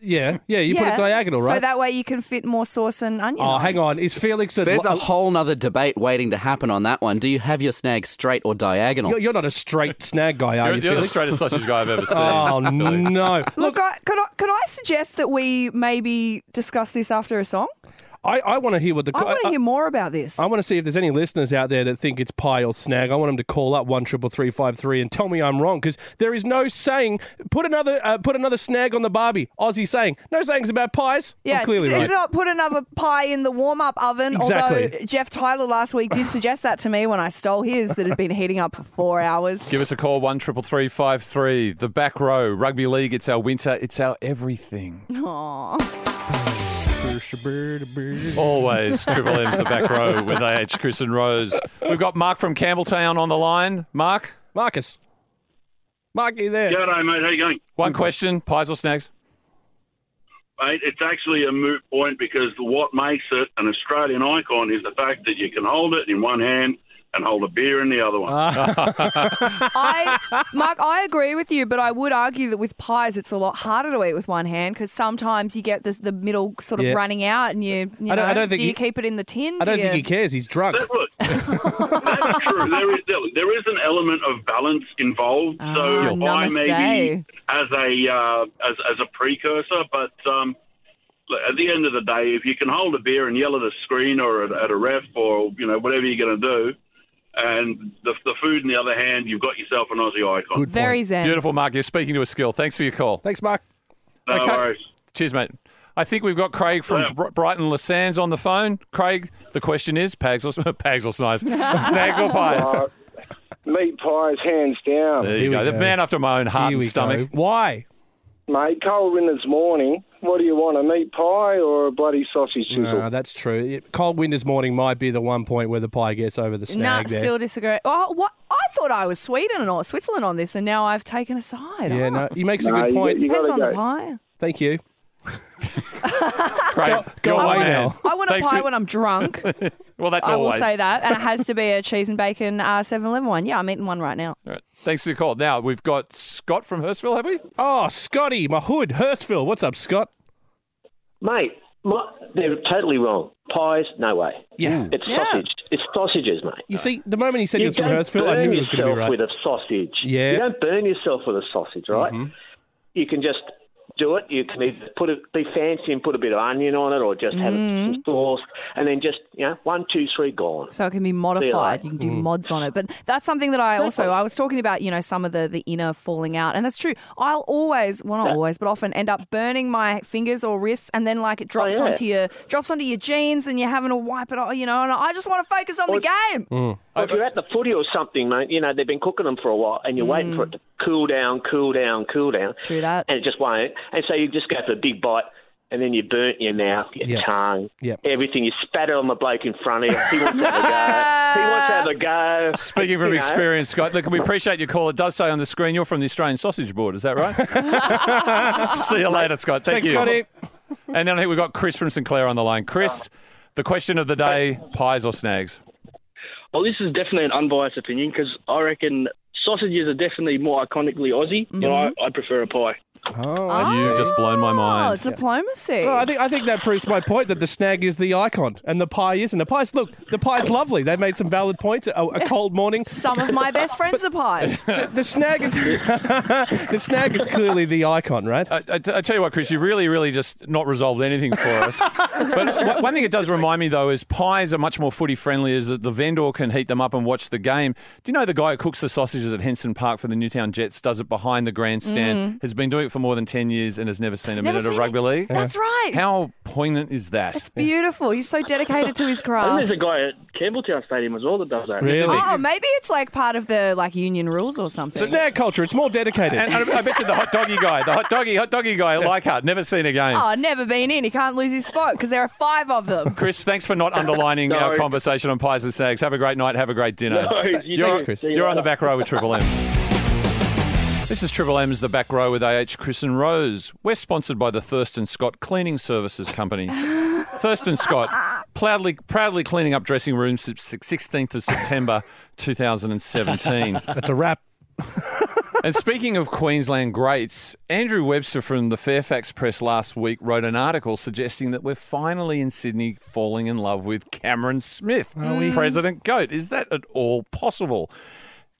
Speaker 3: yeah, yeah. You put it diagonal, right?
Speaker 6: So that way you can fit more sauce and onion.
Speaker 3: oh, hang on. Is Felix a?
Speaker 7: There's a whole nother debate waiting to happen on that one. Do you have your snag straight or diagonal?
Speaker 3: You're, you're not a straight snag guy, are
Speaker 5: You're,
Speaker 3: you,
Speaker 5: you're the
Speaker 3: Felix?
Speaker 5: straightest sausage guy I've ever seen.
Speaker 3: [LAUGHS] oh
Speaker 5: Philly.
Speaker 3: no!
Speaker 6: Look, I, could I could I suggest that we maybe discuss this after a song?
Speaker 3: I, I want to hear what the.
Speaker 6: I want to hear more about this.
Speaker 3: I want to see if there's any listeners out there that think it's pie or snag. I want them to call up one triple three five three and tell me I'm wrong because there is no saying. Put another uh, put another snag on the Barbie. Aussie saying no sayings about pies. I'm clearly
Speaker 6: it's
Speaker 3: right.
Speaker 6: it's not put another pie in the warm up oven. Although
Speaker 3: Exactly.
Speaker 6: Jeff Tyler last week did suggest that to me when I stole his that had been heating up for four hours.
Speaker 5: Give us a call one triple three five three. The back row rugby league. It's our winter. It's our
Speaker 3: [LAUGHS]
Speaker 5: everything. Always triple M's the back row with AH Chris and Rose. We've got Mark from Campbelltown on the line. Mark,
Speaker 3: Marcus, Mark, you there?
Speaker 8: G'day, mate. How you going?
Speaker 5: one question: pies or snags?
Speaker 8: Mate, it's actually a moot point because what makes it an Australian icon is the fact that you can hold it in one hand and hold a beer in the other one.
Speaker 3: Ah.
Speaker 6: I, Mark, I agree with you, but I would argue that with pies, it's a lot harder to eat with one hand because sometimes you get this, the middle sort of
Speaker 3: Yeah.
Speaker 6: running out, and you, you know,
Speaker 3: I don't- I don't think
Speaker 6: do you
Speaker 3: he-
Speaker 6: keep it in the tin?
Speaker 3: I don't
Speaker 6: do
Speaker 3: think
Speaker 6: you-
Speaker 3: he cares. He's drunk.
Speaker 8: But look, that's true. There is, there is an element of balance involved. so
Speaker 6: Ah,
Speaker 8: I
Speaker 6: namaste.
Speaker 8: maybe as a uh, as, as a precursor, but um, look, at the end of the day, if you can hold a beer and yell at a screen or at, at a ref or you know whatever you're going to do, and the, the food in the other hand, you've got yourself an Aussie icon.
Speaker 3: Good
Speaker 6: Very
Speaker 3: point.
Speaker 6: zen.
Speaker 5: Beautiful, Mark. You're speaking to a skill. Thanks for your call.
Speaker 3: Thanks, Mark.
Speaker 8: No
Speaker 5: Okay.
Speaker 8: worries.
Speaker 5: Cheers, mate. I think we've got Craig from
Speaker 8: Yeah.
Speaker 5: Br- Brighton Le Sands on the phone. Craig, the question is Pags or, [LAUGHS] Pags or Snags? snags or pies?
Speaker 9: Meat pies, hands down.
Speaker 5: There
Speaker 3: Here
Speaker 5: you
Speaker 3: we
Speaker 5: go. The
Speaker 3: go.
Speaker 5: man after my own heart
Speaker 3: Here
Speaker 5: and
Speaker 3: we
Speaker 5: stomach.
Speaker 3: go. Why?
Speaker 9: Mate, cold winter's morning. What do you want, a meat pie or a bloody sausage sizzle?
Speaker 3: No, Ah, that's true. It- Cold winter's morning might be the one point where the pie gets over the
Speaker 6: Nah,
Speaker 3: snag. there.
Speaker 6: still disagree. Oh, what? I thought I was Sweden or Switzerland on this, and now I've taken a side.
Speaker 3: yeah,
Speaker 6: Oh,
Speaker 3: no, he makes
Speaker 9: Nah,
Speaker 3: a good
Speaker 9: you-
Speaker 3: point.
Speaker 9: you-
Speaker 6: Depends
Speaker 9: gotta
Speaker 6: on the
Speaker 9: go.
Speaker 6: pie.
Speaker 3: Thank you.
Speaker 5: Craig,
Speaker 3: go
Speaker 5: you're
Speaker 3: away
Speaker 5: my man.
Speaker 3: now.
Speaker 6: I want a
Speaker 5: Thanks
Speaker 6: pie
Speaker 5: for-
Speaker 6: when I'm drunk.
Speaker 5: Well, that's
Speaker 6: I will
Speaker 5: always.
Speaker 6: say that. And it has to be a cheese and bacon uh, 7-Eleven one. Yeah, I'm eating one right now.
Speaker 5: All right. Thanks for your call. Now, we've got Scott from Hurstville, have we?
Speaker 3: Oh, Scotty, my hood, Hurstville. What's up, Scott?
Speaker 10: Mate, my, they're totally wrong. Pies, no way.
Speaker 9: Hmm.
Speaker 3: Yeah.
Speaker 10: It's
Speaker 6: Yeah.
Speaker 10: sausage. It's sausages, mate.
Speaker 3: You see, the moment he said he
Speaker 10: Uh, you
Speaker 3: was from
Speaker 10: don't
Speaker 3: Hurstville,
Speaker 10: burn
Speaker 3: I knew he was
Speaker 10: yourself
Speaker 3: going to be right.
Speaker 10: with a sausage.
Speaker 3: Yeah. Mm-hmm.
Speaker 10: You don't burn yourself with a sausage, right? You can just do it. You can either put it, be fancy and put a bit of onion on it, or just have
Speaker 3: Mm.
Speaker 10: it some sauce, and then just you know one, two, three, gone.
Speaker 6: So it can be modified. You can do mods on it. But that's something that I also I was talking about, you know, some of the the inner falling out. And that's true. I'll always, well not always, but often end up burning my fingers or wrists and then like it
Speaker 9: Oh,
Speaker 6: drops
Speaker 10: yeah.
Speaker 6: onto your drops onto your jeans and you're having to wipe it off, you know, and I just want to focus on the game.
Speaker 10: Or if you're at the footy or something, mate, you know they've been cooking them for a while, and you're waiting for it to cool down, cool down, cool down.
Speaker 6: True that.
Speaker 10: And it just won't. And so you just go for a big bite, and then you burnt your mouth, your
Speaker 3: Yep.
Speaker 10: tongue,
Speaker 3: Yep.
Speaker 10: everything. You spat it on the bloke in front of you. He wants to have a go. He wants to have a go.
Speaker 5: Speaking
Speaker 10: You
Speaker 5: from
Speaker 10: know.
Speaker 5: experience, Scott, look, we appreciate your call. It does say on the screen you're from the Australian Sausage Board, is that
Speaker 6: [LAUGHS]
Speaker 5: right? See you later, Scott. Thank
Speaker 3: Thanks,
Speaker 5: you.
Speaker 3: Scotty.
Speaker 5: And then I think we've got Chris from Sinclair on the line. Chris,
Speaker 6: Oh.
Speaker 5: the question of the day pies or snags?
Speaker 9: [LAUGHS] Well, this is definitely an unbiased opinion because I reckon sausages are definitely more iconically Aussie. You know, I, I prefer a pie.
Speaker 5: You've just blown my
Speaker 6: Oh,
Speaker 5: mind.
Speaker 6: diplomacy.
Speaker 3: Well, Oh, I think I think that proves my point that the snag is the icon and the pie isn't. The pie's look, the pie's lovely. They made some valid points. A, a cold morning,
Speaker 6: [LAUGHS] some of my best friends are
Speaker 5: [LAUGHS]
Speaker 6: pies.
Speaker 3: the snag is [LAUGHS] the snag is clearly the icon, right?
Speaker 5: I, I, I tell you what, Chris, you really, really just not resolved anything for
Speaker 6: [LAUGHS]
Speaker 5: us. but w- one thing it does remind me, though, is pies are much more footy friendly, is that the vendor can heat them up and watch the game. Do you know the guy who cooks the sausages at Henson Park for the Newtown Jets does it behind the grandstand, has been doing it for more than 10 years and has never seen a
Speaker 6: Mm-hmm. Never
Speaker 5: minute of
Speaker 6: seen
Speaker 5: rugby
Speaker 6: it.
Speaker 5: league?
Speaker 6: That's right.
Speaker 5: How poignant is that?
Speaker 6: It's beautiful. He's so dedicated
Speaker 5: [LAUGHS]
Speaker 6: to his
Speaker 9: And
Speaker 6: craft.
Speaker 9: there's a guy at Campbelltown Stadium as well that does that. [LAUGHS]
Speaker 3: Really,
Speaker 6: Oh, maybe it's like part of the like union rules or something.
Speaker 3: snag culture. It's more dedicated.
Speaker 5: and I, I bet you the hot doggy guy, the hot doggy, hot doggy guy, Leichhardt, never seen a game.
Speaker 6: Oh, never been in. He can't lose his spot because there are five
Speaker 5: [LAUGHS]
Speaker 6: of them.
Speaker 5: Chris, thanks for not
Speaker 6: [LAUGHS]
Speaker 5: underlining our conversation on pies and snags. Have a great night. Have a great dinner.
Speaker 9: No, you
Speaker 5: you're
Speaker 9: thanks, Chris. See you
Speaker 5: you're on the
Speaker 9: later.
Speaker 5: back row with Triple M. [LAUGHS] This is Triple M's The Back Row with AH, Chris and Rose. We're sponsored by the Thurston Scott Cleaning Services Company. Thurston Scott, proudly, proudly cleaning up dressing rooms since 16th of September 2017.
Speaker 3: That's a wrap.
Speaker 5: and speaking of Queensland greats, Andrew Webster from the Fairfax Press last week wrote an article suggesting that we're finally in Sydney falling in love with Cameron Smith, President Goat. Is that at all possible?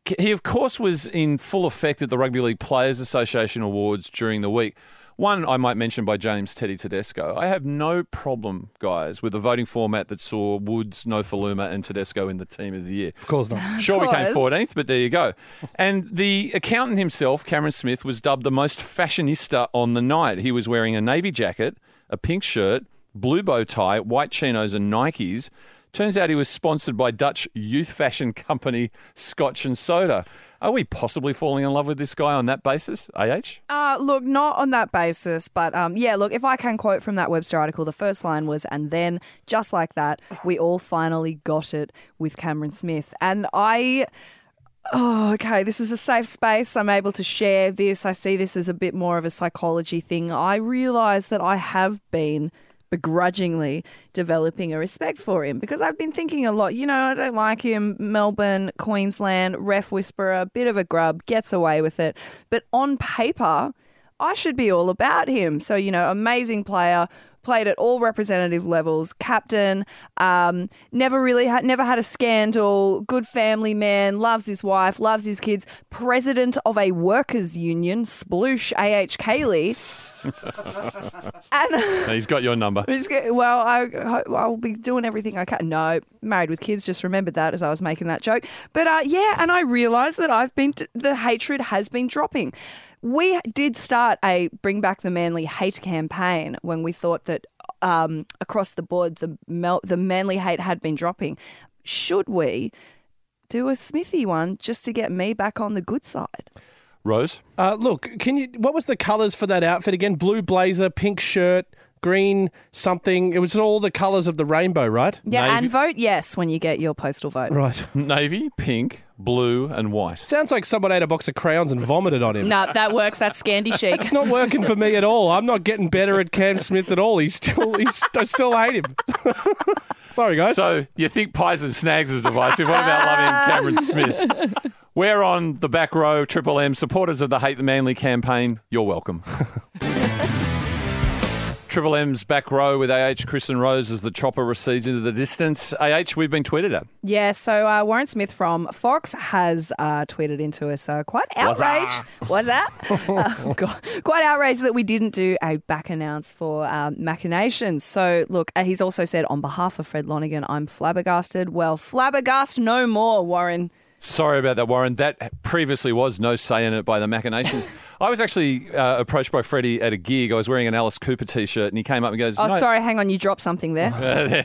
Speaker 5: C- He, of course, was in full effect at the Rugby League Players Association Awards during the week. One I might mention by James Teddy Tedesco. I have no problem, guys, with a voting format that saw Woods, Nofaluma, and Tedesco in the team of the year.
Speaker 3: Of course not.
Speaker 5: Sure became
Speaker 6: course.
Speaker 5: 14th, but there you go. And the accountant himself, Cameron Smith, was dubbed the most fashionista on the night. He was wearing a navy jacket, a pink shirt, blue bow tie, white chinos, and Nikes. Turns out he was sponsored by Dutch youth fashion company Scotch and Soda. Are we possibly falling in love with this guy on that basis, AH?
Speaker 6: Uh, look, not on that basis, but um, yeah, look, if I can quote from that Webster article, the first line was, and then, just like that, we all finally got it with Cameron Smith. And I. Oh, okay. This is a safe space. I'm able to share this. I see this as a bit more of a psychology thing. I realize that I have been begrudgingly developing a respect for him because I've been thinking a lot, you know, I don't like him. Melbourne, Queensland, ref whisperer, bit of a grub, gets away with it. But on paper, I should be all about him. So, you know, amazing player. Played at all representative levels, captain. Um, never really had, never had a scandal. Good family man, loves his wife, loves his kids. President of a workers' union, sploosh, A H Cayley. and [LAUGHS]
Speaker 5: No, he's got your number.
Speaker 6: It's good. Well, I, ho- I'll be doing everything I can. No, married with kids. Just remembered that as I was making that joke. But uh, yeah, and I realised that I've been t- the hatred has been dropping. We did start a bring back the manly hate campaign when we thought that um, across the board the mel- the manly hate had been dropping. Should we do a Smithy one just to get me back on the good side?
Speaker 5: Rose?
Speaker 3: Uh, look, can you? What was the colours for that outfit again? Blue blazer, pink shirt, green something. It was all the colours of the rainbow, right?
Speaker 6: Yeah,
Speaker 5: Navy-
Speaker 6: and vote yes when you get your postal vote.
Speaker 3: Right.
Speaker 5: Navy, pink, blue, and white.
Speaker 3: Sounds like someone ate a box of crayons and vomited on him.
Speaker 2: No, that works. That's Scandi chic.
Speaker 3: [LAUGHS] It's not working for me at all. I'm not getting better at Cam Smith at all. He's still, he's, I still hate him. [LAUGHS] Sorry, guys.
Speaker 5: [LAUGHS] So you think pies and snags is divisive? What about loving Cameron Smith? We're on the back row, Triple M supporters of the Hate the Manly campaign. You're welcome. [LAUGHS] Triple M's back row with AH Chris and Rose as the chopper recedes into the distance. AH, we've been tweeted at.
Speaker 6: Yeah, so uh, Warren Smith from Fox has uh, tweeted into us uh, quite outraged. Was that?
Speaker 5: [LAUGHS]
Speaker 6: uh, God, quite outraged that we didn't do a back announce for um, machinations. So look, uh, he's also said on behalf of Fred Lonigan, I'm flabbergasted. Well, flabbergast no more, Warren.
Speaker 5: Sorry about that, Warren. That previously was no say in it by the
Speaker 6: [LAUGHS]
Speaker 5: machinations. I was actually uh, approached by Freddie at a gig. I was wearing an Alice Cooper t-shirt, and he came up and goes,
Speaker 6: Oh,
Speaker 5: "No,
Speaker 6: sorry, hang on, you dropped something there.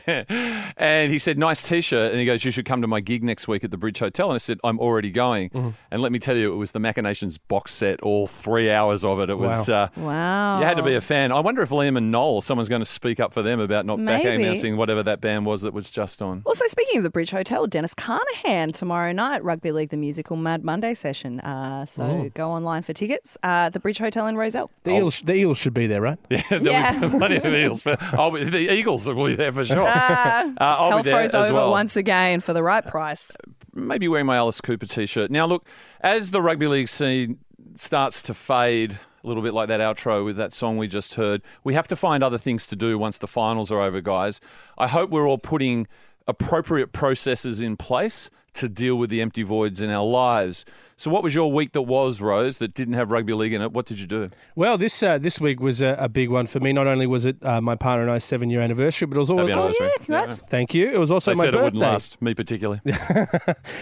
Speaker 5: and he said, "Nice t-shirt." And he goes, "You should come to my gig next week at the Bridge Hotel." And I said, "I'm already going." And let me tell you, it was the Machinations box set, all three hours of it. It was uh,
Speaker 6: Wow.
Speaker 5: [LAUGHS] You had to be a fan. I wonder if Liam and Noel, someone's going to speak up for them about not back
Speaker 6: Maybe.
Speaker 5: announcing whatever that band was that was just on. [LAUGHS]
Speaker 6: Also, speaking of the Bridge Hotel, Dennis Carnahan tomorrow night, Rugby League the Musical Mad Monday session. Uh, so go online for tickets. Uh, the Bridge Hotel in Roselle.
Speaker 3: the, eels, the eels should be there, right?
Speaker 5: There'll [LAUGHS]
Speaker 6: Yeah.
Speaker 5: be plenty of eels. But I'll be, the Eagles will be there for sure. Uh, I'll
Speaker 6: Ah. Hell
Speaker 5: be there
Speaker 6: froze
Speaker 5: as
Speaker 6: over
Speaker 5: well.
Speaker 6: once again for the right price.
Speaker 5: maybe wearing my Alice Cooper t-shirt. Now, look, as the rugby league scene starts to fade a little bit like that outro with that song we just heard, we have to find other things to do once the finals are over, guys. I hope we're all putting appropriate processes in place to deal with the empty voids in our lives. So, what was your week that was, Rose, that didn't have rugby league in it? What did you do?
Speaker 3: Well, this uh, this week was a, a big one for me. Not only was it uh, my partner and I's seven year anniversary, but it was also
Speaker 5: Happy anniversary.
Speaker 6: Yeah, congrats.
Speaker 3: Thank you. It was also
Speaker 5: They
Speaker 3: my
Speaker 5: said it
Speaker 3: birthday.
Speaker 5: wouldn't last, me particularly.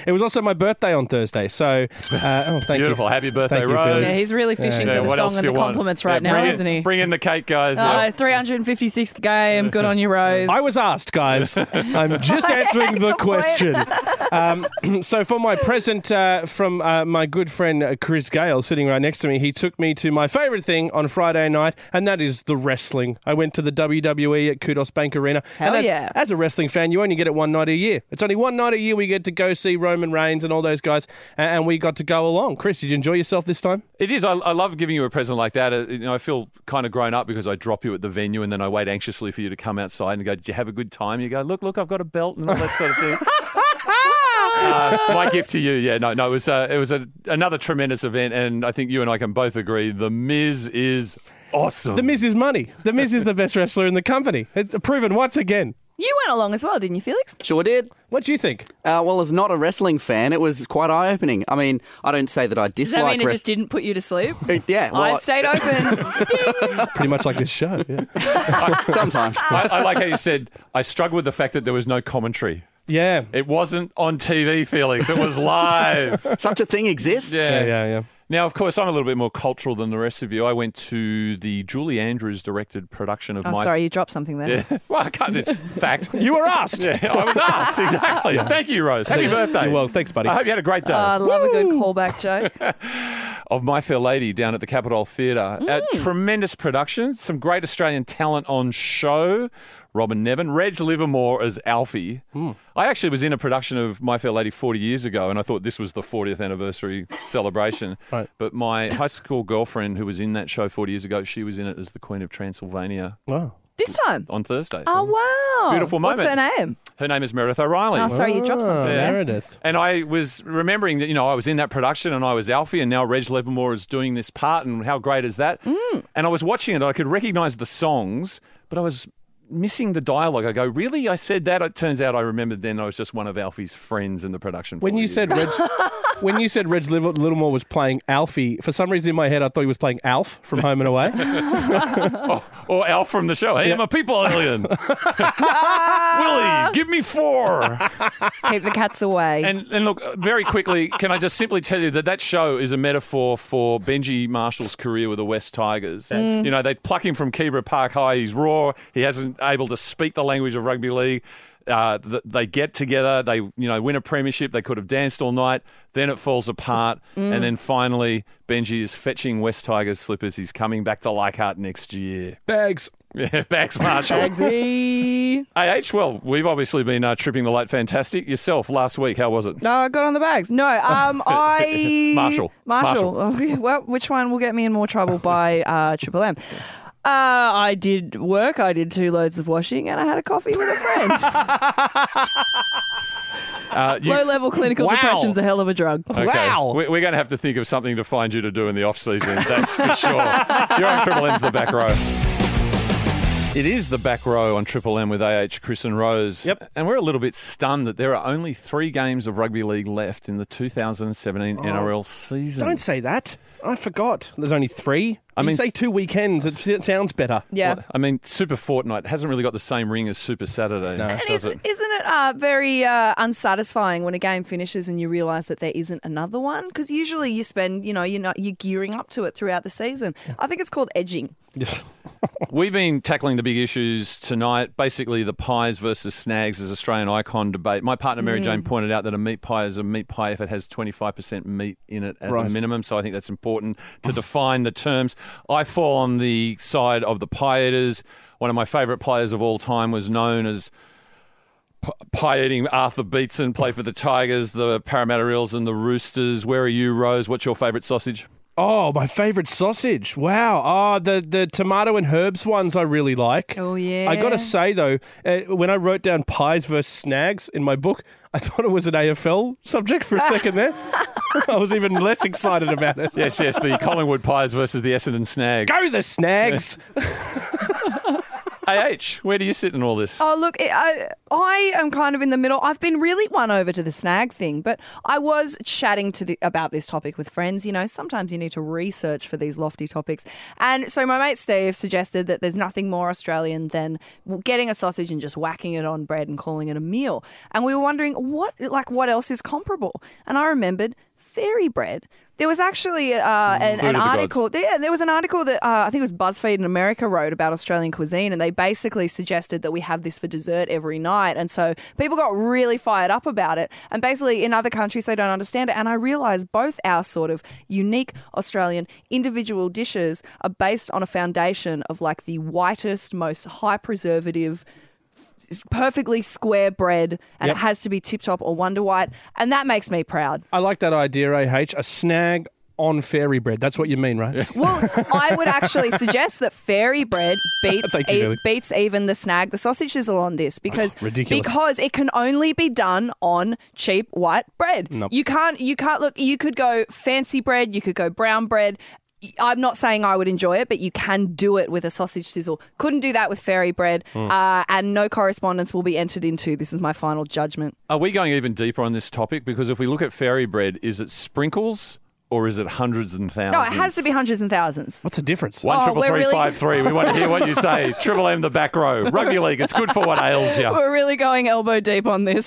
Speaker 3: It was also my birthday on Thursday. So, uh, oh, thank
Speaker 5: Beautiful.
Speaker 3: you.
Speaker 5: Happy birthday,
Speaker 3: Thank you,
Speaker 5: Rose.
Speaker 3: Felix.
Speaker 2: Yeah, he's really fishing
Speaker 5: Yeah,
Speaker 2: for the
Speaker 5: what else
Speaker 2: song and
Speaker 5: do
Speaker 2: the
Speaker 5: you want?
Speaker 2: compliments right
Speaker 5: Yeah,
Speaker 2: now,
Speaker 5: bring in-
Speaker 2: isn't he?
Speaker 5: Bring in the cake, guys. Yeah.
Speaker 2: Oh, 356th game. Good on you, Rose.
Speaker 3: I was asked, guys. [LAUGHS] I'm just answering the [LAUGHS]
Speaker 6: Good point.
Speaker 3: question. Um, [CLEARS THROAT] so, for my present uh, from uh, my good friend uh, Chris Gale, sitting right next to me, he took me to my favourite thing on Friday night, and that is the wrestling. I went to the WWE at Kudos Bank Arena.
Speaker 2: Hell
Speaker 3: and as,
Speaker 2: yeah.
Speaker 3: As a wrestling fan, you only get it one night a year. It's only one night a year we get to go see Roman Reigns and all those guys, a- and we got to go along. Chris, did you enjoy yourself this time?
Speaker 5: It is. I, I love giving you a present like that. Uh, You know, I feel kind of grown up because I drop you at the venue and then I wait anxiously for you to come outside and go, "Did you have a good time?" You go, "Look, look, I've got a belt and all that sort of thing." uh, my gift to you, yeah, no, no, it was uh, it was a, another tremendous event, and I think you and I can both agree the Miz is awesome.
Speaker 3: The Miz is money. The Miz is the best wrestler in the company. It's proven once again.
Speaker 6: You went along as well, didn't you, Felix?
Speaker 7: Sure did.
Speaker 3: What do you think?
Speaker 7: Uh, well, as not a wrestling fan, it was quite eye opening. I mean, I don't say that I
Speaker 2: Does that
Speaker 7: dislike
Speaker 2: mean it just
Speaker 7: wrestling.
Speaker 2: didn't put you to
Speaker 5: [LAUGHS]
Speaker 2: sleep?
Speaker 7: Yeah, well,
Speaker 2: Eyes stayed open.
Speaker 3: Pretty much like this show. Yeah.
Speaker 2: [LAUGHS]
Speaker 7: sometimes.
Speaker 5: I, I like how you said I struggled with the fact that there was no commentary.
Speaker 3: yeah.
Speaker 5: It wasn't on TV, Felix. It was live.
Speaker 7: Such a thing exists.
Speaker 5: Yeah.
Speaker 3: Yeah, yeah, yeah.
Speaker 5: Now, of course, I'm a little bit more cultural than the rest of you. I went to the Julie Andrews directed production of
Speaker 6: Oh,
Speaker 5: my.
Speaker 6: sorry, you dropped something there.
Speaker 5: Yeah. [LAUGHS] Well, I can't. It's fact.
Speaker 3: You were asked.
Speaker 5: Yeah, I was asked exactly. Thank you, Rose. Happy birthday.
Speaker 3: You're welcome. Thanks, buddy.
Speaker 5: I hope you had a great day.
Speaker 6: [LAUGHS] Oh, I love a good
Speaker 5: [LAUGHS]
Speaker 6: callback joke.
Speaker 5: of My Fair Lady down at the Capitol Theatre. A
Speaker 6: Mm.
Speaker 5: tremendous production, some great Australian talent on show. Robin Nevin, Reg Livermore as Alfie.
Speaker 6: Hmm.
Speaker 5: I actually was in a production of My Fair Lady 40 years ago, and I thought this was the 40th anniversary celebration.
Speaker 6: [LAUGHS]
Speaker 3: Right.
Speaker 5: But my high school girlfriend, who was in that show 40 years ago, she was in it as the Queen of Transylvania
Speaker 3: Wow.
Speaker 6: This time.
Speaker 5: on Thursday.
Speaker 6: Oh, wow.
Speaker 5: Beautiful moment.
Speaker 6: What's her name?
Speaker 5: Her name is Meredith O'Reilly.
Speaker 6: Oh, sorry, you dropped
Speaker 3: Ah,
Speaker 6: something there.
Speaker 3: Meredith.
Speaker 5: And I was remembering that, you know, I was in that production and I was Alfie, and now Reg Livermore is doing this part, and how great is that?
Speaker 3: Mm.
Speaker 5: And I was watching it, and I could recognize the songs, but I was missing the dialogue. I go, Really? I said that? It turns out I remembered then I was just one of Alfie's friends in the production.
Speaker 3: When
Speaker 5: 40
Speaker 3: you
Speaker 5: years
Speaker 3: said
Speaker 5: ago.
Speaker 3: Reg, when you said Reg Liv- Littlemore was playing Alfie, for some reason in my head I thought he was playing Alf [LAUGHS] from Home and Away.
Speaker 5: [LAUGHS] Or Alf from the show, Hey, I'm a people
Speaker 3: [LAUGHS]
Speaker 5: alien. [LAUGHS] Willie, give
Speaker 3: [LAUGHS]
Speaker 5: me four.
Speaker 6: Keep the cats away.
Speaker 5: [LAUGHS] And, and look, uh, very quickly, can I just simply tell you that that show is a metaphor for Benji Marshall's career with the West Tigers. You know, they pluck him from Kibra Park High. He's raw. He hasn't able to speak the language of rugby league. Uh, th- they get together. They you know win a premiership. They could have danced all night. Then it falls apart, and then finally Benji is fetching West Tigers slippers. He's coming back to Leichhardt next year. [LAUGHS]
Speaker 3: Bags.
Speaker 5: Yeah, Bax Marshall.
Speaker 6: Bagsy.
Speaker 5: AH. Well, we've obviously been uh, tripping the light. Fantastic yourself last week. How was it?
Speaker 6: No, I got on the
Speaker 5: [LAUGHS]
Speaker 6: bags. No, um, I
Speaker 5: Marshall.
Speaker 6: Marshall. [LAUGHS] Okay, well, which one will get me in more
Speaker 5: [LAUGHS]
Speaker 6: trouble by uh, Triple M? Uh, I did work. I did two loads of washing, and I had a coffee with a friend.
Speaker 5: [LAUGHS]
Speaker 6: [LAUGHS]
Speaker 5: Uh, you-
Speaker 6: Low level clinical
Speaker 3: Wow.
Speaker 6: depression's a hell of a drug.
Speaker 3: Wow.
Speaker 5: We- We're going to have to think of something to find you to do in the off season. That's for sure. [LAUGHS] You're on Triple M's The Back Row. It is the back row on Triple M with AH, Chris and Rose.
Speaker 3: Yep.
Speaker 5: And we're a little bit stunned that there are only three games of rugby league left in the 2017 NRL season.
Speaker 3: Oh. Don't say that. I forgot. There's only three. I
Speaker 5: I
Speaker 3: mean,
Speaker 5: mean-
Speaker 3: say two weekends. It, s- it sounds better.
Speaker 6: Yeah.
Speaker 5: Well, I mean, Super Fortnite hasn't really got the same ring as Super Saturday,
Speaker 6: And
Speaker 5: does
Speaker 6: is,
Speaker 5: it?
Speaker 6: isn't it uh, very uh, unsatisfying when a game finishes and you realise that there isn't another one? Because usually you spend, you know, you're, not, you're gearing up to it throughout the season. I think it's called edging.
Speaker 5: We've been tackling the big issues tonight. Basically, the pies versus snags as Australian icon debate. My partner Mary Jane pointed out that a meat pie is a meat pie if it has 25% meat in it as a
Speaker 3: Right.
Speaker 5: minimum. So I think that's important to define the terms. I fall on the side of the pie eaters. One of my favourite players of all time was known as pie eating Arthur Beetson. Played for the Tigers, the Parramatta Eels, and the Roosters. Where are you, Rose? What's your favourite sausage?
Speaker 3: Oh, my favourite sausage. Wow. Oh, the, the tomato and herbs ones I really like.
Speaker 6: Oh, yeah.
Speaker 3: I got to say, though, uh, when I wrote down pies versus snags in my book, I thought it was an AFL subject for a second there. [LAUGHS] I was even less excited about it. [LAUGHS]
Speaker 5: Yes, yes, [LAUGHS] the Collingwood pies versus the Essendon snags.
Speaker 3: Go the snags.
Speaker 5: AH, where do you sit in all this?
Speaker 6: Oh, look, it, I, I am kind of in the middle. I've been really won over to the snag thing, but I was chatting to the, about this topic with friends. You know, sometimes you need to research for these lofty topics. And so my mate Steve suggested that there's nothing more Australian than getting a sausage and just whacking it on bread and calling it a meal. And we were wondering what, like, what else is comparable? And I remembered fairy bread. There was actually uh,
Speaker 5: Food of
Speaker 6: an, an
Speaker 5: the gods.
Speaker 6: article article- There, there was an article that uh, I think it was BuzzFeed in America wrote about Australian cuisine, and they basically suggested that we have this for dessert every night. And so people got really fired up about it. And basically, in other countries, they don't understand it. And I realised both our sort of unique Australian individual dishes are based on a foundation of like the whitest, most high preservative perfectly square bread and
Speaker 3: Yep.
Speaker 6: it has to be tip top or wonder white and that makes me proud
Speaker 3: I like that idea, AH. A snag on fairy bread. That's what you mean, right?
Speaker 6: Well, I
Speaker 3: [LAUGHS]
Speaker 6: would actually suggest that fairy bread beats
Speaker 3: Thank you,
Speaker 6: e-
Speaker 3: Lily. Oh,
Speaker 6: beats even the snag, the sausage sizzle on this because
Speaker 3: ridiculous.
Speaker 6: because it can only be done on cheap white bread.
Speaker 3: Nope.
Speaker 6: You can't you can't look. You could go fancy bread. You could go brown bread. I'm not saying I would enjoy it, but you can do it with a sausage sizzle. Couldn't do that with fairy bread,
Speaker 3: Hmm.
Speaker 5: Mm.
Speaker 6: uh, and no correspondence will be entered into. This is my final judgment.
Speaker 5: Are we going even deeper on this topic? Because if we look at fairy bread, is it sprinkles or is it hundreds and thousands?
Speaker 6: No, it has to be hundreds and thousands.
Speaker 3: What's the difference?
Speaker 5: One
Speaker 6: Oh,
Speaker 5: triple
Speaker 6: we're
Speaker 5: three
Speaker 6: really-
Speaker 5: five three. We want to hear what you
Speaker 6: [LAUGHS]
Speaker 5: say. Triple M, the back row. Rugby league. It's good for what ails you.
Speaker 6: We're really going elbow deep on this.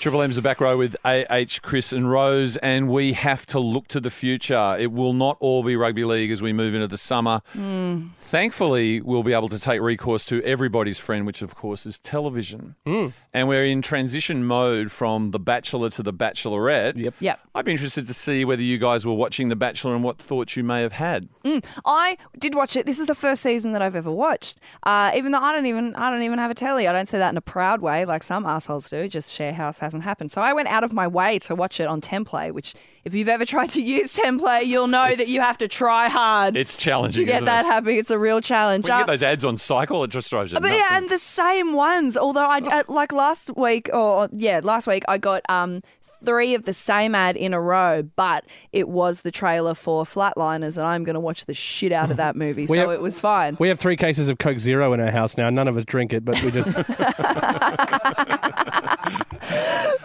Speaker 5: Triple M's the back row with AH, Chris, and Rose, and we have to look to the future. It will not all be rugby league as we move into the summer.
Speaker 6: Hmm.
Speaker 11: Mm.
Speaker 5: Thankfully, we'll be able to take recourse to everybody's friend, which of course is television. And we're in transition mode from The Bachelor to The Bachelorette. Yep.
Speaker 6: Yep.
Speaker 5: I'd be interested to see whether you guys were watching The Bachelor and what thoughts you may have had.
Speaker 6: Mm, I did watch it. This is the first season that I've ever watched. Uh, even though I don't even I don't even have a telly. I don't say that in a proud way like some assholes do. Just share house hasn't happened. So I went out of my way to watch it on Templay, which if you've ever tried to use Templay, you'll know that
Speaker 5: It's-
Speaker 6: you have to try hard.
Speaker 5: It's
Speaker 6: to
Speaker 5: challenging.
Speaker 6: get
Speaker 5: isn't
Speaker 6: that
Speaker 5: it?
Speaker 6: happy, it's a real challenge.
Speaker 5: When you get
Speaker 6: Uh,
Speaker 5: those ads on cycle, it just drives you
Speaker 6: but
Speaker 5: nuts.
Speaker 6: yeah, and the same ones. Although I
Speaker 3: Oh.
Speaker 6: uh, like last week, or yeah, last week I got um three of the same ad in a row, but it was the trailer for Flatliners, and I'm going to watch the shit out
Speaker 3: [LAUGHS]
Speaker 6: of that movie. So
Speaker 3: We have-
Speaker 6: it was fine.
Speaker 3: We have three cases of Coke Zero in our house now. None of us drink it, but we just.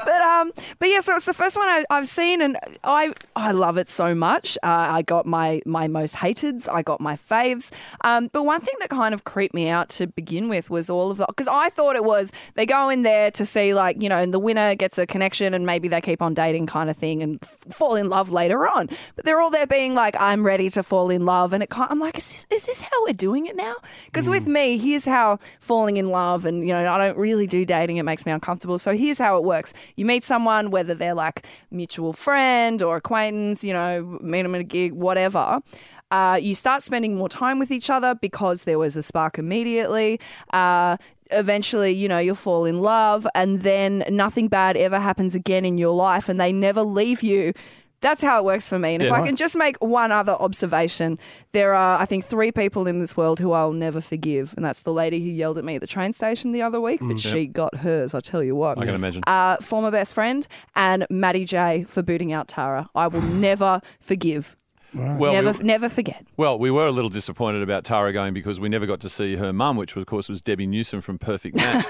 Speaker 6: But um, but yeah, so it's the first one I, I've seen, and I I love it so much. Uh, I got my my most hateds, I got my faves. Um, but one thing that kind of creeped me out to begin with was all of the because I thought it was they go in there to see like you know, and the winner gets a connection, and maybe they keep on dating kind of thing, and f- fall in love later on. But they're all there being like, I'm ready to fall in love, and it kind, I'm like, is this, is this how we're doing it now? Because with me, here's how falling in love, and you know, I don't really do dating; it makes me uncomfortable. So here's how it works: you meet someone, whether they're like mutual friend or acquaintance, you know, meet them at a gig, whatever. Uh, you start spending more time with each other because there was a spark immediately. Uh, eventually, you know, you'll fall in love, and then nothing bad ever happens again in your life, and they never leave you. That's how it works for me. And if
Speaker 12: Yeah.
Speaker 6: I can just make one other observation, there are, I think, three people in this world who I'll never forgive. And that's the lady who yelled at me at the train station the other week, but
Speaker 5: Mm.
Speaker 6: she
Speaker 5: Yep.
Speaker 6: got hers, I'll tell you what.
Speaker 5: I can imagine.
Speaker 6: Uh, former best friend and Maddie J for booting out Tara.
Speaker 5: [SIGHS]
Speaker 6: I will never forgive.
Speaker 5: Well,
Speaker 6: never,
Speaker 5: we-
Speaker 6: never forget.
Speaker 5: Well, we were a little disappointed about Tara going because we never got to see her mum, which of course was Debbie Newsom from
Speaker 6: [LAUGHS]
Speaker 5: Perfect Match.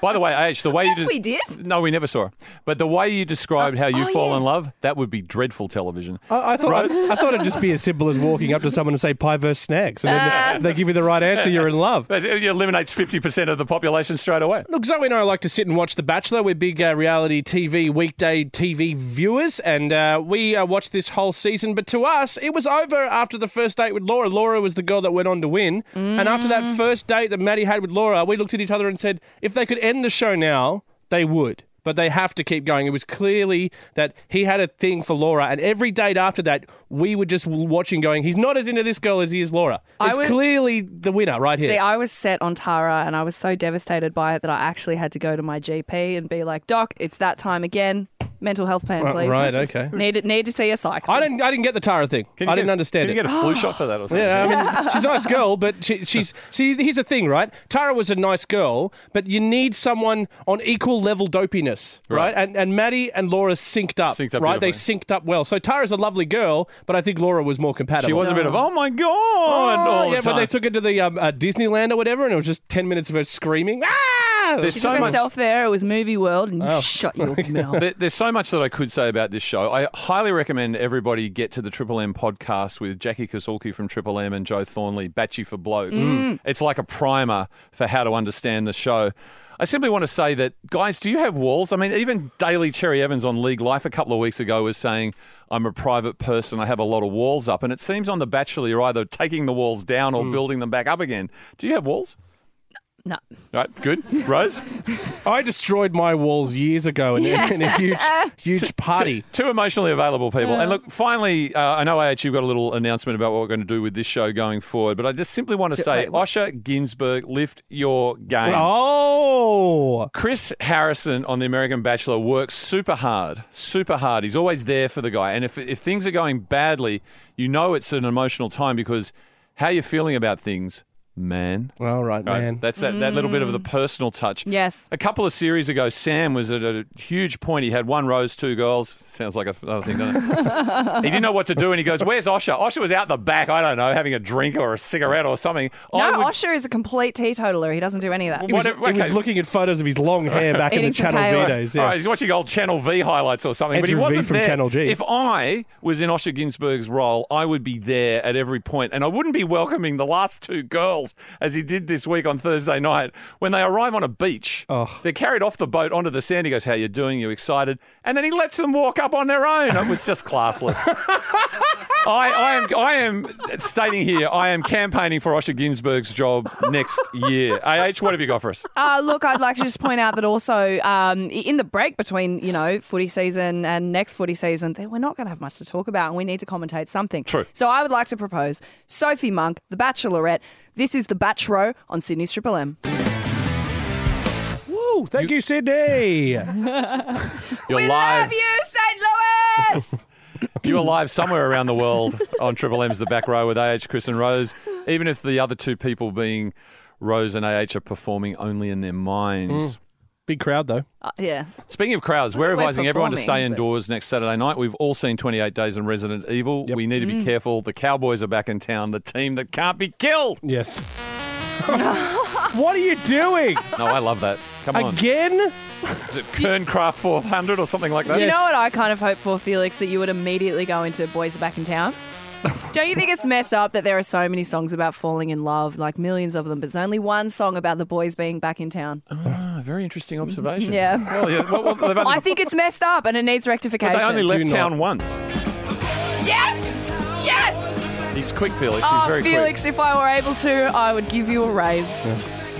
Speaker 5: By the way, H, the way you
Speaker 6: Yes, we did.
Speaker 5: No, we never saw her. But the way you described how you
Speaker 6: oh,
Speaker 5: fall
Speaker 6: yeah. Uh,
Speaker 5: in love, that would be dreadful television.
Speaker 3: I, I thought
Speaker 5: Rose?
Speaker 3: I thought it'd just be as simple as walking up to someone and say pie versus snacks, and then they, they give you the right answer. You're in love.
Speaker 5: But it eliminates fifty percent of the population straight away.
Speaker 3: Look, Zoe and I like to sit and watch The Bachelor. We're big uh, reality TV, weekday TV viewers, and uh, we uh, watched this whole season. But to us, it was over after the first date with Laura. Laura was the girl that went on to win. And after
Speaker 6: Mm.
Speaker 3: that first date that Maddie had with Laura, we looked at each other and said, if they could end the show now, they would. But they have to keep going. It was clearly that he had a thing for Laura, and every date after that, we were just watching, going, "He's not as into this girl as he is Laura."
Speaker 6: I
Speaker 3: It's
Speaker 6: would-
Speaker 3: clearly the winner right here.
Speaker 6: See, I was set on Tara and I was so devastated by it that I actually had to go to my GP and be like, Doc, it's that time again. Mental health plan,
Speaker 3: Uh,
Speaker 6: please.
Speaker 3: right, okay.
Speaker 6: [LAUGHS] Need, need to see a psych.
Speaker 3: I didn't. I didn't get the Tara thing.
Speaker 5: Can you
Speaker 3: I didn't
Speaker 5: get-
Speaker 3: understand it.
Speaker 5: can you get a flu shot for
Speaker 3: [GASPS]
Speaker 5: that or something?
Speaker 3: Yeah, I mean, Um, she's a nice girl, but she, she's see. Here's the thing, right? Tara was a nice girl, but you need someone on equal level dopiness, right?
Speaker 5: Right.
Speaker 3: And and Maddie and Laura synced up,
Speaker 5: Synced up
Speaker 3: right? They
Speaker 5: beautifully.
Speaker 3: synced up well. So Tara's a lovely girl, but I think Laura was more compatible.
Speaker 5: She was a bit of oh my god all
Speaker 3: yeah,
Speaker 5: the time.
Speaker 3: but they took her to the um, uh, Disneyland or whatever, and it was just ten minutes of her screaming. Ah!
Speaker 5: There's
Speaker 6: she
Speaker 5: so
Speaker 6: took
Speaker 5: much-
Speaker 6: herself there. It was movie world, and
Speaker 5: Oh.
Speaker 6: you
Speaker 5: [LAUGHS]
Speaker 6: shut your mouth.
Speaker 5: There- There's so much that I could say about this show. I highly recommend everybody get to the Triple M podcast with Jackie Kosulke from Triple M and Joe Thornley, Batchy for Blokes.
Speaker 13: Mm.
Speaker 5: It's like a primer for how to understand the show. I simply want to say that, guys, do you have walls? I mean, even Daily Cherry Evans on League Life a couple of weeks ago was saying, I'm a private person, I have a lot of walls up. And it seems on The Bachelor, you're either taking the walls down or building them back up again. Do you have walls?
Speaker 2: No.
Speaker 5: Right, good. Rose?
Speaker 3: I destroyed my walls years ago in, in a huge,
Speaker 5: [LAUGHS]
Speaker 3: huge party.
Speaker 5: Two, two emotionally available people. and look, finally, uh, I know AH, you've got a little announcement about what we're going to do with this show going forward, but I just simply want to say, Osher Ginsburg, lift your game.
Speaker 3: Oh.
Speaker 5: Chris Harrison on The American Bachelor works super hard, super hard. He's always there for the guy. And if, if things are going badly, you know it's an emotional time because how you're feeling about things, man.
Speaker 3: All right,
Speaker 5: Right,
Speaker 3: man.
Speaker 5: That's that, that little bit of the personal touch.
Speaker 2: Yes.
Speaker 5: A couple of series ago, Sam was at a huge point. He had one rose, two girls. Sounds like a- another thing, doesn't it? he didn't know what to do, and he goes, "Where's Osha?" Osha was out the back. I don't know, having a drink or a cigarette or something. I
Speaker 6: No,
Speaker 5: would-
Speaker 6: Osher is a complete teetotaler. He doesn't do any of that.
Speaker 3: He was,
Speaker 5: Whatever-
Speaker 3: he was
Speaker 5: okay.
Speaker 3: looking at photos of his
Speaker 5: [LAUGHS]
Speaker 3: long hair back in the
Speaker 6: Eating some
Speaker 3: Channel
Speaker 6: kale.
Speaker 3: V days.
Speaker 5: All
Speaker 3: Yeah.
Speaker 5: right, he's watching old Channel V highlights or something, but he
Speaker 3: Andrew V
Speaker 5: wasn't
Speaker 3: from
Speaker 5: there.
Speaker 3: Channel G.
Speaker 5: If I was in Osher Ginsburg's role, I would be there at every point, and I wouldn't be welcoming the last two girls as he did this week on Thursday night when they arrive on a beach.
Speaker 3: Oh.
Speaker 5: They're carried off the boat onto the sand. He goes, "How you doing? You excited?" And then he lets them walk up on their own. It was just classless.
Speaker 3: [LAUGHS]
Speaker 5: I, I am I am stating here I am campaigning for Osher Ginsburg's job next year. Ah, what have you got for us?
Speaker 6: Uh, look, I'd like to just point out that also um, in the break between you know footy season and next footy season, that we're not going to have much to talk about, and we need to commentate something.
Speaker 5: True.
Speaker 6: So I would like to propose Sophie Monk, The Bachelorette. This is the Bachelor on Sydney's Triple M.
Speaker 3: Woo, thank you,
Speaker 5: [LAUGHS]
Speaker 3: Sydney.
Speaker 5: You're
Speaker 6: we
Speaker 5: live.
Speaker 6: love you,
Speaker 5: [LAUGHS]
Speaker 6: St. Louis.
Speaker 5: You are live somewhere around the world on Triple M's The Back Row with AH, Chris and Rose. Even if the other two people being Rose and AH are performing only in their
Speaker 3: Mm.
Speaker 5: minds.
Speaker 3: Big crowd, though.
Speaker 6: Uh, yeah.
Speaker 5: Speaking of crowds, we're
Speaker 6: We're
Speaker 5: advising everyone to stay
Speaker 6: performing, but-
Speaker 5: indoors next Saturday night. We've all seen 28 Days and Resident Evil. We need to
Speaker 6: Mm.
Speaker 5: be careful. The Cowboys are back in town, the team that can't be killed.
Speaker 6: [LAUGHS]
Speaker 3: Yes. what are you doing?
Speaker 5: No, I love that. Come on.
Speaker 3: Again?
Speaker 5: Is it Kerncraft 400 or something like that?
Speaker 6: Do you know what I kind of hope for, Felix? That you would immediately go into Boys Are Back in Town. Don't you think it's messed up that there are so many songs about falling in love, like millions of them, but there's only one song about the boys being back in town?
Speaker 5: Ah, very interesting observation.
Speaker 6: Yeah.
Speaker 5: Well, yeah. Well, well, they've only,
Speaker 6: I think it's messed up and it needs rectification.
Speaker 5: they only left
Speaker 3: not.
Speaker 5: town once.
Speaker 6: yes! Yes!
Speaker 5: He's quick, Felix. He's
Speaker 6: Oh,
Speaker 5: very quick.
Speaker 6: Felix, if I were able to, I would give you a raise.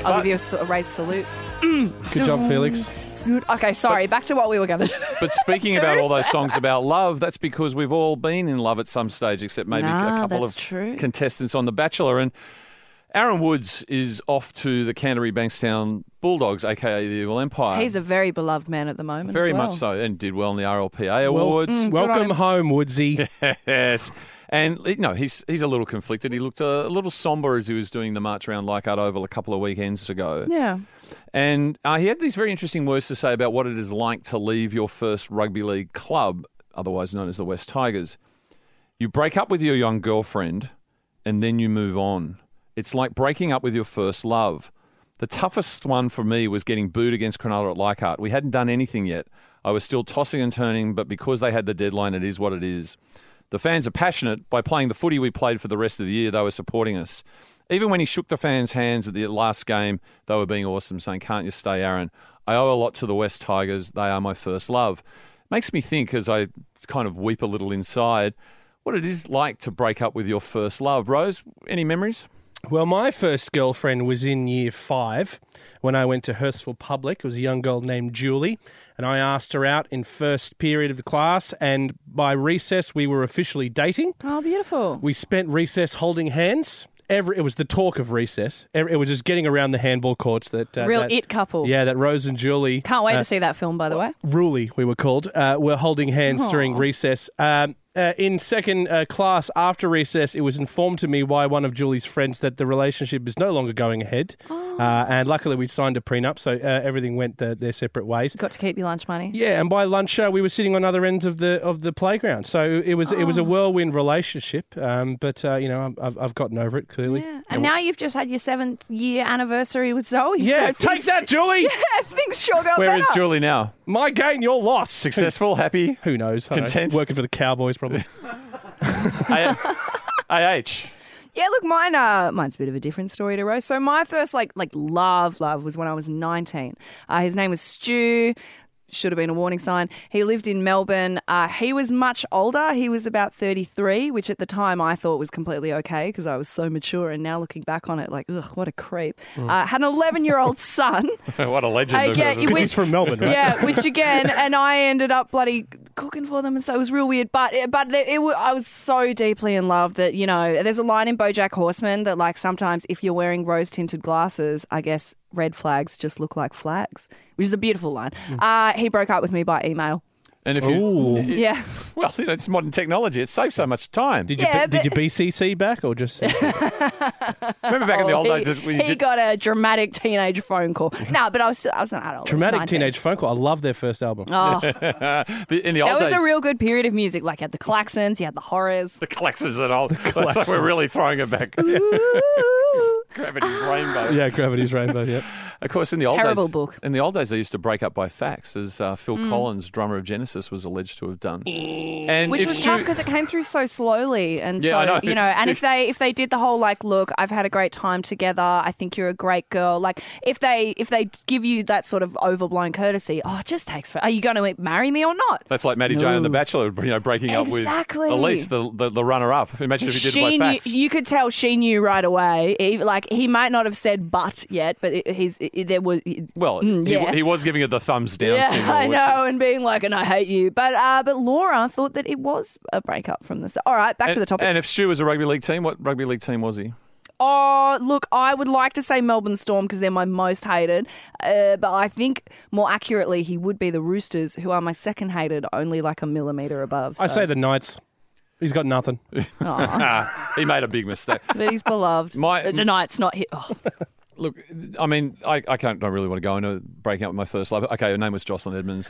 Speaker 6: I'll give you a s- a, raise salute.
Speaker 3: Good job,
Speaker 5: [LAUGHS]
Speaker 3: Felix.
Speaker 6: Good. Okay, sorry, back to what we were going to do.
Speaker 5: But speaking
Speaker 6: Do
Speaker 5: about all those songs about love, that's because we've all been in love at some stage, except maybe a
Speaker 6: Nah,
Speaker 5: couple
Speaker 6: that's
Speaker 5: of
Speaker 6: true.
Speaker 5: contestants on The Bachelor. And Aaron Woods is off to the Canterbury Bankstown Bulldogs, aka the Evil Empire.
Speaker 6: He's a very beloved man at the moment. as
Speaker 5: very
Speaker 6: well. mm,
Speaker 5: much so, and did well in the RLPA
Speaker 3: Well,
Speaker 5: awards.
Speaker 3: welcome home, Woodsy.
Speaker 5: yes. And you know he's he's a little conflicted. He looked a, little somber as he was doing the march around Leichhardt Oval a couple of weekends ago.
Speaker 6: Yeah.
Speaker 5: And uh, he had these very interesting words to say about what it is like to leave your first rugby league club, otherwise known as the West Tigers. You break up with your young girlfriend and then you move on. It's like breaking up with your first love. The toughest one for me was getting booed against Cronulla at Leichhardt. We hadn't done anything yet. I was still tossing and turning, but because they had the deadline, it is what it is. The fans are passionate. By playing the footy we played for the rest of the year, they were supporting us. Even when he shook the fans' hands at the last game, they were being awesome, saying, Can't you stay, Aaron? I owe a lot to the West Tigers. They are my first love. Makes me think as I kind of weep a little inside what it is like to break up with your first love. Rose, any memories?
Speaker 3: Well, my first girlfriend was in year five when I went to Hurstville Public. It was a young girl named Julie, and I asked her out in first period of the class. And by recess, we were officially dating.
Speaker 6: Oh, beautiful.
Speaker 3: We spent recess holding hands. Every it was the talk of recess. Every, it was just getting around the handball courts that uh,
Speaker 6: Real
Speaker 3: that-
Speaker 6: it couple.
Speaker 3: Yeah, that Rose and Julie
Speaker 6: Can't
Speaker 5: Uh,
Speaker 6: wait to see that film, by the way.
Speaker 3: Ruley, we were called, uh, were holding hands during recess. Um, uh, in second uh, class, after recess, it was informed to me by one of Julie's friends that the relationship is no longer going ahead.
Speaker 6: Oh.
Speaker 3: Uh, and luckily, we'd signed a prenup, so uh, everything went uh, their separate ways.
Speaker 6: Got to keep your lunch money.
Speaker 3: Yeah, and by lunch, uh, we were sitting on other ends of the of the playground. So it was
Speaker 6: Oh.
Speaker 3: it was a whirlwind relationship. Um, but uh, you know, I'm- I've, I've gotten over it clearly.
Speaker 6: Yeah. And now you've just had your seventh year anniversary with Zoe.
Speaker 3: Yeah,
Speaker 6: so
Speaker 3: take
Speaker 6: things- [LAUGHS]
Speaker 3: that, Julie.
Speaker 6: things sure got
Speaker 5: Where
Speaker 6: better.
Speaker 5: is Julie now?
Speaker 3: My gain, your loss.
Speaker 5: Successful, happy,
Speaker 3: Who knows? I don't know.
Speaker 5: Content.
Speaker 3: Working for the Cowboys, probably.
Speaker 5: AH.
Speaker 6: Yeah, look, mine. Uh, mine's a bit of a different story to Rose. So my first like like love love was when I was nineteen. Uh, his name was Stu. should have been a warning sign. He lived in Melbourne. Uh, he was much older. He was about 33, which at the time I thought was completely okay because I was so mature. And now looking back on it, like, ugh, what a creep.
Speaker 5: Mm.
Speaker 6: Uh, had an 11 year old [LAUGHS] son.
Speaker 5: what a legend!
Speaker 6: I
Speaker 5: of-
Speaker 6: get you-
Speaker 3: 'Cause he's from Melbourne, right?
Speaker 5: [LAUGHS]
Speaker 6: Yeah, which again, and I ended up bloody cooking for them, and so it was real weird. But but it, it, wa- I was so deeply in love that you know, there's a line in BoJack Horseman that like sometimes if you're wearing rose tinted glasses, I guess red flags just look like flags, which is a beautiful line.
Speaker 5: Hmm.
Speaker 6: Uh, he broke up with me by email.
Speaker 5: and if you,
Speaker 6: Yeah.
Speaker 5: [LAUGHS] well, you know, it's modern technology. It saves so much time.
Speaker 3: Did
Speaker 6: you- Yeah, did
Speaker 3: you BCC back or
Speaker 6: [LAUGHS]
Speaker 3: just?
Speaker 5: Remember back in the
Speaker 6: Oh,
Speaker 5: old
Speaker 6: [LAUGHS] he,
Speaker 5: days, just, when you
Speaker 6: he
Speaker 5: did-
Speaker 6: got a dramatic teenage phone
Speaker 5: [LAUGHS]
Speaker 6: call. no, but I was I was an adult. I was
Speaker 3: Dramatic
Speaker 6: 19.
Speaker 3: teenage phone call. I love their first album.
Speaker 5: [LAUGHS]
Speaker 6: [LAUGHS] Oh.
Speaker 5: The- in the
Speaker 6: That
Speaker 5: old
Speaker 6: was
Speaker 5: days,
Speaker 6: a real good period of music. Like you had the Claxons, you had the
Speaker 5: [LAUGHS]
Speaker 6: Horrors. [LAUGHS]
Speaker 5: the Klaxons and all. That's like we're really throwing it back. [LAUGHS] Gravity's rainbow.
Speaker 3: Yeah, Gravity's Rainbow. Yep.
Speaker 5: Of course, in the old
Speaker 6: Terrible
Speaker 5: days,
Speaker 6: book.
Speaker 5: in the old days, they used to break up by fax, as uh, Phil
Speaker 6: Mm.
Speaker 5: Collins, drummer of Genesis, was alleged to have done. And
Speaker 6: which
Speaker 5: if
Speaker 6: was
Speaker 5: Stu-
Speaker 6: tough because it came through so slowly and
Speaker 5: Yeah,
Speaker 6: so
Speaker 5: I know.
Speaker 6: you know and if they if they did the whole like look i've had a great time together i think you're a great girl like if they if they give you that sort of overblown courtesy oh it just takes for are you going to marry me or not
Speaker 5: That's like Maddie Jane and The Bachelor, you know, breaking
Speaker 6: Exactly.
Speaker 5: up with Elise, the, the, the runner-up. Imagine if you did
Speaker 6: she
Speaker 5: it by
Speaker 6: knew,
Speaker 5: fax.
Speaker 6: you could tell she knew right away. He- like he might not have said "but" yet, but it, he's it, there was
Speaker 5: well,
Speaker 6: Mm,
Speaker 5: he,
Speaker 6: yeah.
Speaker 5: he was giving her the thumbs down
Speaker 6: yeah,
Speaker 5: signal.
Speaker 6: I
Speaker 5: which-
Speaker 6: know, and being like, "and I hate you," but uh, but Laura thought that it was a breakup from this. All right, back
Speaker 5: and,
Speaker 6: to the topic.
Speaker 5: And if Stu was a rugby league team, what rugby league team was he?
Speaker 6: Oh, look, I would like to say Melbourne Storm because they're my most hated. Uh, but I think more accurately, he would be the Roosters, who are my second hated, only like a millimetre above.
Speaker 3: I
Speaker 6: so-
Speaker 3: say the Knights. He's got nothing.
Speaker 5: he made a big mistake.
Speaker 6: But he's beloved.
Speaker 5: My-
Speaker 6: Uh, the Knights not hit. Oh.
Speaker 5: Look, I mean, I, I can't. I really want to go into breaking up with my first love. Okay, her name was Jocelyn
Speaker 6: [LAUGHS]
Speaker 5: Edmonds.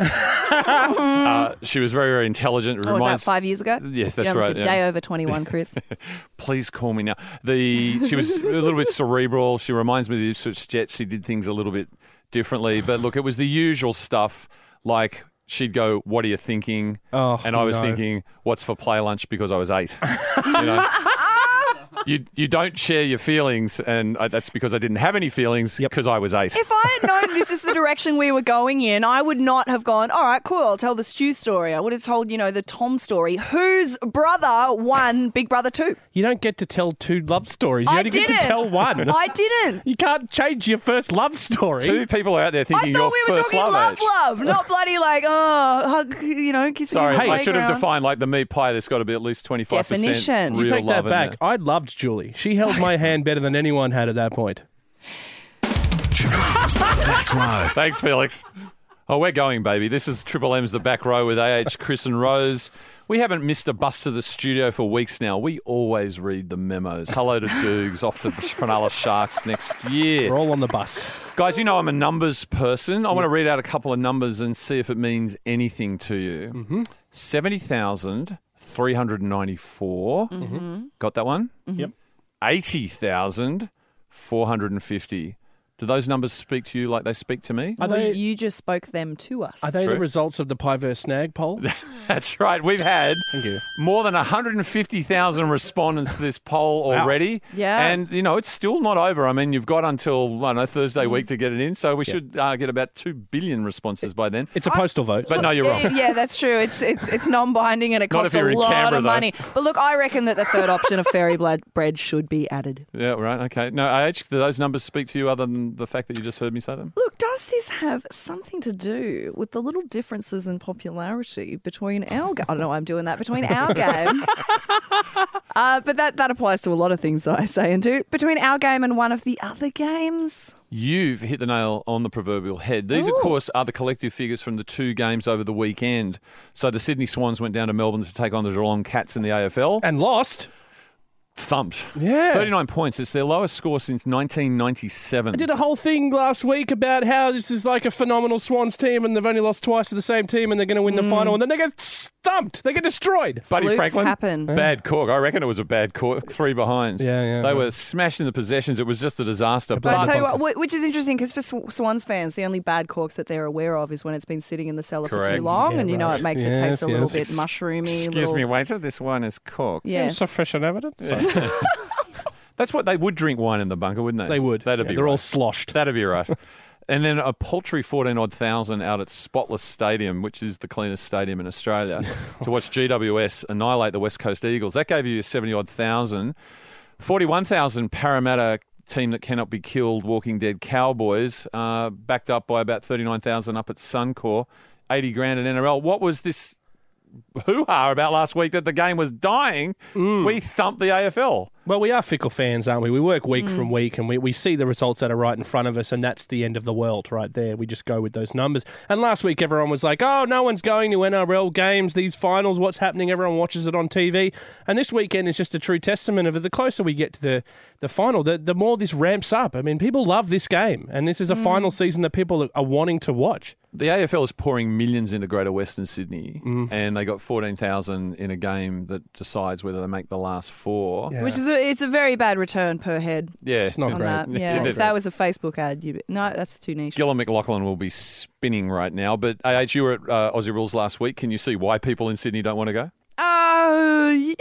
Speaker 5: uh, she was very, very intelligent.
Speaker 6: Oh, was that
Speaker 5: Reminds-
Speaker 6: five years ago?
Speaker 5: Yes,
Speaker 6: You
Speaker 5: that's
Speaker 6: don't look
Speaker 5: right,
Speaker 6: A
Speaker 5: yeah.
Speaker 6: day over 21, Chris.
Speaker 5: Please call me now. The she was a little
Speaker 6: [LAUGHS]
Speaker 5: bit cerebral. She reminds me of the Ipswich Jets. She did things a little bit differently, but look, it was the usual stuff. Like she'd go, "What are you thinking?"
Speaker 3: Oh,
Speaker 5: and I was
Speaker 3: no.
Speaker 5: thinking, "What's for play lunch?" Because I was eight. you,
Speaker 6: [LAUGHS]
Speaker 5: know? you you don't share your feelings, and I, that's because I didn't have any feelings because I was eight.
Speaker 6: if I had known this is the direction we were going in, I would not have gone, all right, cool, I'll tell the Stew story. I would have told, you know, the Tom story, whose brother won Big Brother 2.
Speaker 3: You don't get to tell two love stories. You
Speaker 6: I
Speaker 3: only get to
Speaker 6: didn't.
Speaker 3: tell one.
Speaker 6: I didn't.
Speaker 3: [LAUGHS] You can't change your first love story.
Speaker 5: Two people are out there
Speaker 6: I
Speaker 5: thinking your
Speaker 6: thought we were
Speaker 5: first
Speaker 6: talking
Speaker 5: love.
Speaker 6: love, love,
Speaker 5: age. [LAUGHS]
Speaker 6: not bloody like oh, hug, you know, kiss
Speaker 5: Sorry,
Speaker 6: you in the
Speaker 5: I should have
Speaker 6: playground.
Speaker 5: defined like the meat pie. There's got to be at least twenty five percent
Speaker 6: Definition.
Speaker 5: Real
Speaker 3: You take
Speaker 5: love
Speaker 3: that
Speaker 5: in
Speaker 3: back.
Speaker 5: there.
Speaker 3: I loved Julie. She held [LAUGHS] my hand better than anyone had at that point.
Speaker 1: Back row.
Speaker 5: Thanks, Felix. Oh, we're going, baby. This is Triple M's The Back Row with AH, Chris and Rose. We haven't missed a bus to the studio for weeks now. We always read the memos. Hello to Dukes, off to the Cronulla Sharks next year.
Speaker 3: We're all on the bus.
Speaker 5: Guys, you know I'm a numbers person. I want to read out a couple of numbers and see if it means anything to you. Mm-hmm. 70,394.
Speaker 3: Mhm.
Speaker 5: Got that one?
Speaker 3: Yep.
Speaker 5: 80,450. Do those numbers speak to you like they speak to me?
Speaker 3: Are they-
Speaker 6: you just spoke them to us.
Speaker 3: Are they
Speaker 5: True.
Speaker 3: the results of the Piverse Snag poll?
Speaker 5: That's right. We've had more than 150,000 respondents to this poll already.
Speaker 6: Yeah.
Speaker 5: And, you know, it's still not over. I mean, you've got until, I don't know, Thursday week to get it in. So we should uh, get about 2 billion responses by then.
Speaker 3: It's a postal vote.
Speaker 5: But no, you're
Speaker 6: Uh,
Speaker 5: wrong.
Speaker 6: yeah, that's true. It's it's, it's non-binding and it
Speaker 5: Not
Speaker 6: costs
Speaker 5: if you're
Speaker 6: a
Speaker 5: in
Speaker 6: lot
Speaker 5: Canberra,
Speaker 6: of
Speaker 5: though.
Speaker 6: money. But look, I reckon that the third option of
Speaker 5: [LAUGHS]
Speaker 6: fairy blood bread should be added.
Speaker 5: Yeah, right. Okay. No, AH, do those numbers speak to you other than the fact that you just heard me say them?
Speaker 6: Look, does this have something to do with the little differences in popularity between our game? I don't know why I'm doing that
Speaker 5: [LAUGHS]
Speaker 6: between our game, uh, but that that applies to a lot of things that I say and do between our game and one of the other games.
Speaker 5: You've hit the nail on the proverbial head. These, of course, are the collective figures from the two games over the weekend. So the Sydney Swans went down to Melbourne to take on the Geelong Cats in the AFL.
Speaker 3: and lost.
Speaker 5: thumped.
Speaker 3: Yeah.
Speaker 5: 39 points. It's their lowest score since 1997.
Speaker 3: I did a whole thing last week about how this is like a phenomenal Swans team and they've only lost twice to the same team and they're going to win the final and then they get stumped. They get destroyed.
Speaker 5: Buddy
Speaker 6: Flukes
Speaker 5: Franklin,
Speaker 6: happen.
Speaker 5: bad cork. I reckon it was a bad cork. Three behinds.
Speaker 3: Yeah, yeah,
Speaker 5: They
Speaker 3: right.
Speaker 5: were smashing the possessions. It was just a disaster.
Speaker 6: But I
Speaker 5: But
Speaker 6: tell you what, wh- which is interesting because for Sw- Swans fans, the only bad corks that they're aware of is when it's been sitting in the cellar for
Speaker 5: Correct.
Speaker 6: too long,
Speaker 3: Yeah,
Speaker 6: and you know
Speaker 3: right.
Speaker 6: it makes it
Speaker 3: Yes,
Speaker 6: taste a little
Speaker 3: yes.
Speaker 6: bit mushroomy.
Speaker 5: excuse
Speaker 6: little-
Speaker 5: me, waiter, this wine is corked.
Speaker 6: Yes.
Speaker 3: So fresh and evident.
Speaker 5: That's what they would drink wine in the bunker, wouldn't they?
Speaker 3: They would.
Speaker 5: That'd
Speaker 3: Yeah,
Speaker 5: be
Speaker 3: they're
Speaker 5: right.
Speaker 3: all sloshed.
Speaker 5: That'd be right. [LAUGHS] And then a paltry 14 odd thousand out at Spotless Stadium, which is the cleanest stadium
Speaker 3: [LAUGHS]
Speaker 5: in Australia, to watch GWS annihilate the West Coast Eagles. That gave you 70 odd thousand. 41,000 Parramatta team that cannot be killed, Walking Dead Cowboys, uh, backed up by about 39,000 up at Suncor, 80 grand at NRL. What was this hoo ha about last week that the game was dying? We thumped the AFL.
Speaker 3: Well, we are fickle fans, aren't we? We work week
Speaker 5: Mm.
Speaker 3: from week and we, we see the results that are right in front of us, and that's the end of the world right there. We just go with those numbers. And last week, everyone was like, oh, no one's going to NRL games, these finals, what's happening? Everyone watches it on TV. And this weekend is just a true testament of it. The closer we get to the, the final, the, the more this ramps up. I mean, people love this game, and this is a
Speaker 5: Mm.
Speaker 3: final season that people are wanting to watch.
Speaker 5: The AFL is pouring millions into Greater Western Sydney,
Speaker 3: Mm.
Speaker 5: and they got 14,000 in a game that decides whether they make the last four.
Speaker 6: Which is a, it's a very bad return per head.
Speaker 5: Yeah. It's not
Speaker 6: on
Speaker 5: great. [LAUGHS]
Speaker 6: That.
Speaker 5: It's
Speaker 6: Yeah,
Speaker 5: not
Speaker 6: if
Speaker 5: great.
Speaker 6: that was a Facebook ad, you no, that's too niche.
Speaker 5: Gillan McLaughlin will be spinning right now. But AH, you were at uh, Aussie Rules last week. Can you see why people in Sydney don't want to go?
Speaker 6: Oh, yeah.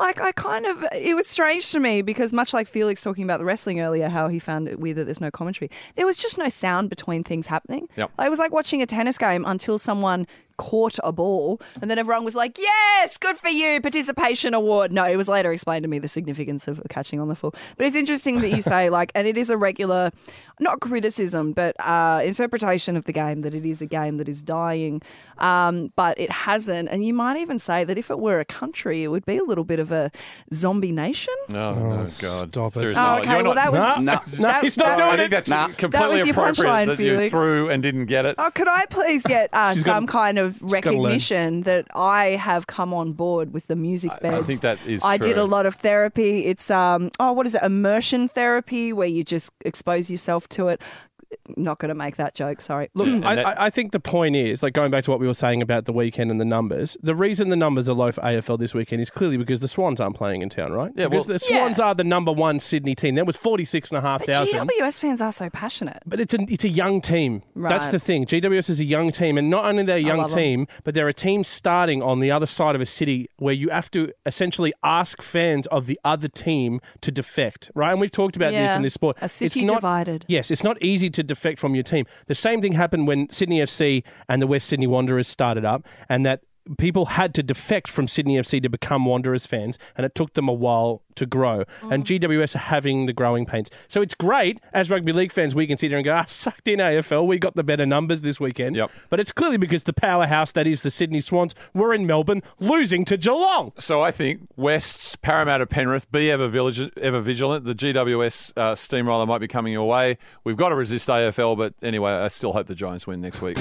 Speaker 6: Like, I kind of, it was strange to me because, much like Felix talking about the wrestling earlier, how he found it weird that there's no commentary, there was just no sound between things happening.
Speaker 11: Yep.
Speaker 6: It was like watching a tennis game until someone caught a ball and then everyone was like, yes, good for you, participation award. No, it was later explained to me the significance of catching on the full. But it's interesting that you say, like, and it is a regular, not criticism, but uh, interpretation of the game that it is a game that is dying, um, but it hasn't. And you might even say that if it were a country, it would be a little bit of a zombie nation.
Speaker 5: No,
Speaker 3: Oh,
Speaker 5: no, God.
Speaker 3: stop it.
Speaker 5: Seriously,
Speaker 6: Oh,
Speaker 5: no.
Speaker 6: okay,
Speaker 5: You're
Speaker 6: well, that was-
Speaker 5: No,
Speaker 6: No. No, that- he's not that- doing
Speaker 5: I think
Speaker 6: it.
Speaker 5: that's
Speaker 6: Nah. That
Speaker 5: completely
Speaker 6: was your
Speaker 5: appropriate
Speaker 6: punchline,
Speaker 5: that you
Speaker 6: Felix.
Speaker 5: threw and didn't get it.
Speaker 6: Oh, could I please
Speaker 5: [LAUGHS]
Speaker 6: get uh,
Speaker 5: She's gotta-
Speaker 6: some kind of
Speaker 5: she's gotta learn.
Speaker 6: recognition that I have come on board with the music beds?
Speaker 5: I think that is
Speaker 6: I
Speaker 5: true.
Speaker 6: did a lot of therapy. It's um oh what is it immersion therapy where you just expose yourself to it. Not going to make that joke. Sorry.
Speaker 5: Mm.
Speaker 3: Look, I, I, I think the point is, like going back to what we were saying about the weekend and the numbers, the reason the numbers are low for AFL this weekend is clearly because the Swans aren't playing in town, right?
Speaker 5: Yeah,
Speaker 3: because
Speaker 5: well-
Speaker 3: the Swans are the number one Sydney team. There was 46,500.
Speaker 6: GWS fans are so passionate.
Speaker 3: But it's a it's a young team. That's
Speaker 6: Right.
Speaker 3: the thing. GWS is a young team, and not only they're a young
Speaker 6: love 'em.
Speaker 3: team, but they're a team starting on the other side of a city where you have to essentially ask fans of the other team to defect, right? And we've talked about this
Speaker 6: Yeah.
Speaker 3: in this sport.
Speaker 6: A city
Speaker 3: not,
Speaker 6: divided.
Speaker 3: Yes, it's not easy to defect from your team. The same thing happened when Sydney FC and the West Sydney Wanderers started up, and that. People had to defect from Sydney FC to become Wanderers fans, and it took them a while to grow. And GWS are having the growing pains. So it's great as rugby league fans, we can sit there and go, ah, sucked in AFL. We got the better numbers this weekend. Yep. But it's clearly because the powerhouse that is the Sydney Swans were in Melbourne losing to Geelong.
Speaker 5: So I think West's Parramatta Penrith be ever vigilant. Ever vigilant. The GWS uh, steamroller might be coming your way. We've got to resist AFL, but anyway, I still hope the Giants win next week.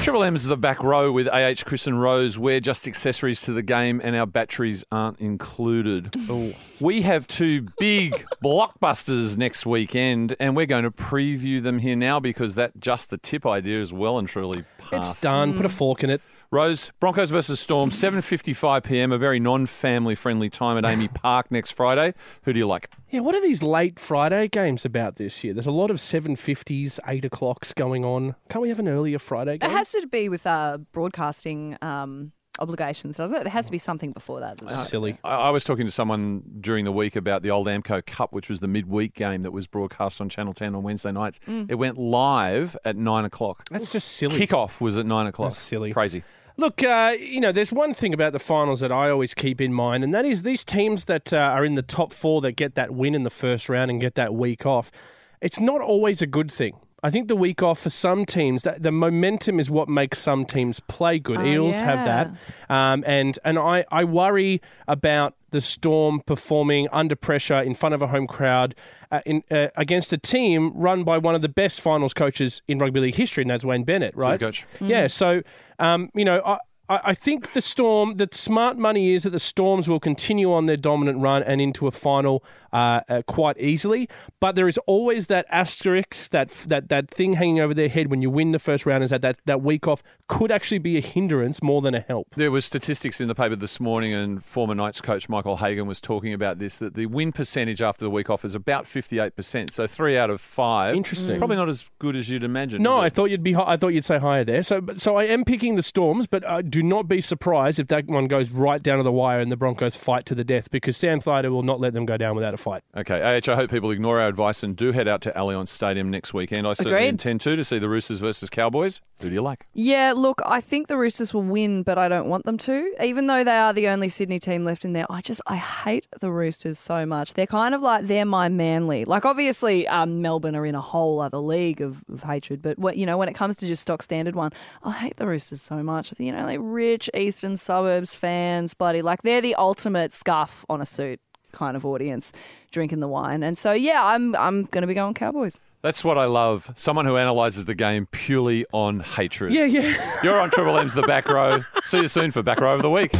Speaker 5: Triple M's the back row with AH Chris and Rose. We're just accessories to the game, and our batteries aren't included. We have two big blockbusters next weekend, and we're going to preview them here now because that just the tip idea is well and truly passed.
Speaker 3: It's done. Put a fork in it.
Speaker 5: Rose, Broncos versus Storm, 7.55 p.m., a very non-family friendly time
Speaker 3: [LAUGHS]
Speaker 5: at Amy Park next Friday. Who do you like?
Speaker 3: Yeah, what are these late Friday games about this year? There's a lot of 7.50s, 8 o'clocks going on. Can't we have an earlier Friday
Speaker 6: It
Speaker 3: game?
Speaker 6: has to be with uh, broadcasting um, obligations, doesn't it? It has to be something before that. doesn't it?
Speaker 3: Silly.
Speaker 5: I, I was talking to someone during the week about the old Amco Cup, which was the midweek game that was broadcast on Channel 10 on Wednesday nights.
Speaker 3: Mm.
Speaker 5: It went live at 9 o'clock.
Speaker 3: That's just silly.
Speaker 5: Kickoff was at 9 o'clock. silly. Crazy.
Speaker 3: Look, uh, you know, there's one thing about the finals that I always keep in mind, and that is these teams that uh, are in the top four that get that win in the first round and get that week off. It's not always a good thing. I think the week off for some teams, that the momentum is what makes some teams play good.
Speaker 12: Oh,
Speaker 3: Eels have
Speaker 12: yeah.
Speaker 3: that. Um, and and I, I worry about the Storm performing under pressure in front of a home crowd uh, in, uh, against a team run by one of the best finals coaches in rugby league history, and that's Wayne Bennett, right?
Speaker 5: coach. Mm.
Speaker 3: Yeah, so, um, you know, I, I I think the Storm, the smart money is that the Storms will continue on their dominant run and into a final uh, uh, quite easily. But there is always that asterisk, that that that thing hanging over their head when you win the first round is that that, that week off could actually be a hindrance more than a help.
Speaker 5: There was statistics in the paper this morning, and former Knights coach Michael Hagan was talking about this that the win percentage after the week off is about 58%. So three out of five.
Speaker 3: Interesting.
Speaker 5: Probably not as good as you'd imagine.
Speaker 3: No,
Speaker 5: is it?
Speaker 3: I thought you'd be. hi- I thought you'd say higher there. So, but- so I am picking the Storms, but uh, do not be surprised if that one goes right down to the wire and the Broncos fight to the death because Sam Thaider will not let them go down without a to fight.
Speaker 5: Okay, AH, I hope people ignore our advice and do head out to Allianz Stadium next weekend. I certainly
Speaker 6: Agreed.
Speaker 5: intend to to see the Roosters versus Cowboys. Who do you like?
Speaker 6: Yeah, look, I think the Roosters will win, but I don't want them to. Even though they are the only Sydney team left in there, I just I hate the Roosters so much. They're kind of like they're my Manly. Like obviously, um, Melbourne are in a whole other league of, of hatred, but what you know when it comes to just stock standard one, I hate the Roosters so much. You know, like rich eastern suburbs fans, bloody like they're the ultimate scuff on a suit kind of audience, drinking the wine. And so yeah, I'm I'm gonna be going Cowboys.
Speaker 5: That's what I love. Someone who analyses the game purely on hatred.
Speaker 6: Yeah, yeah.
Speaker 5: [LAUGHS] You're on Triple M's The Back Row. See you soon for Back Row of the Week.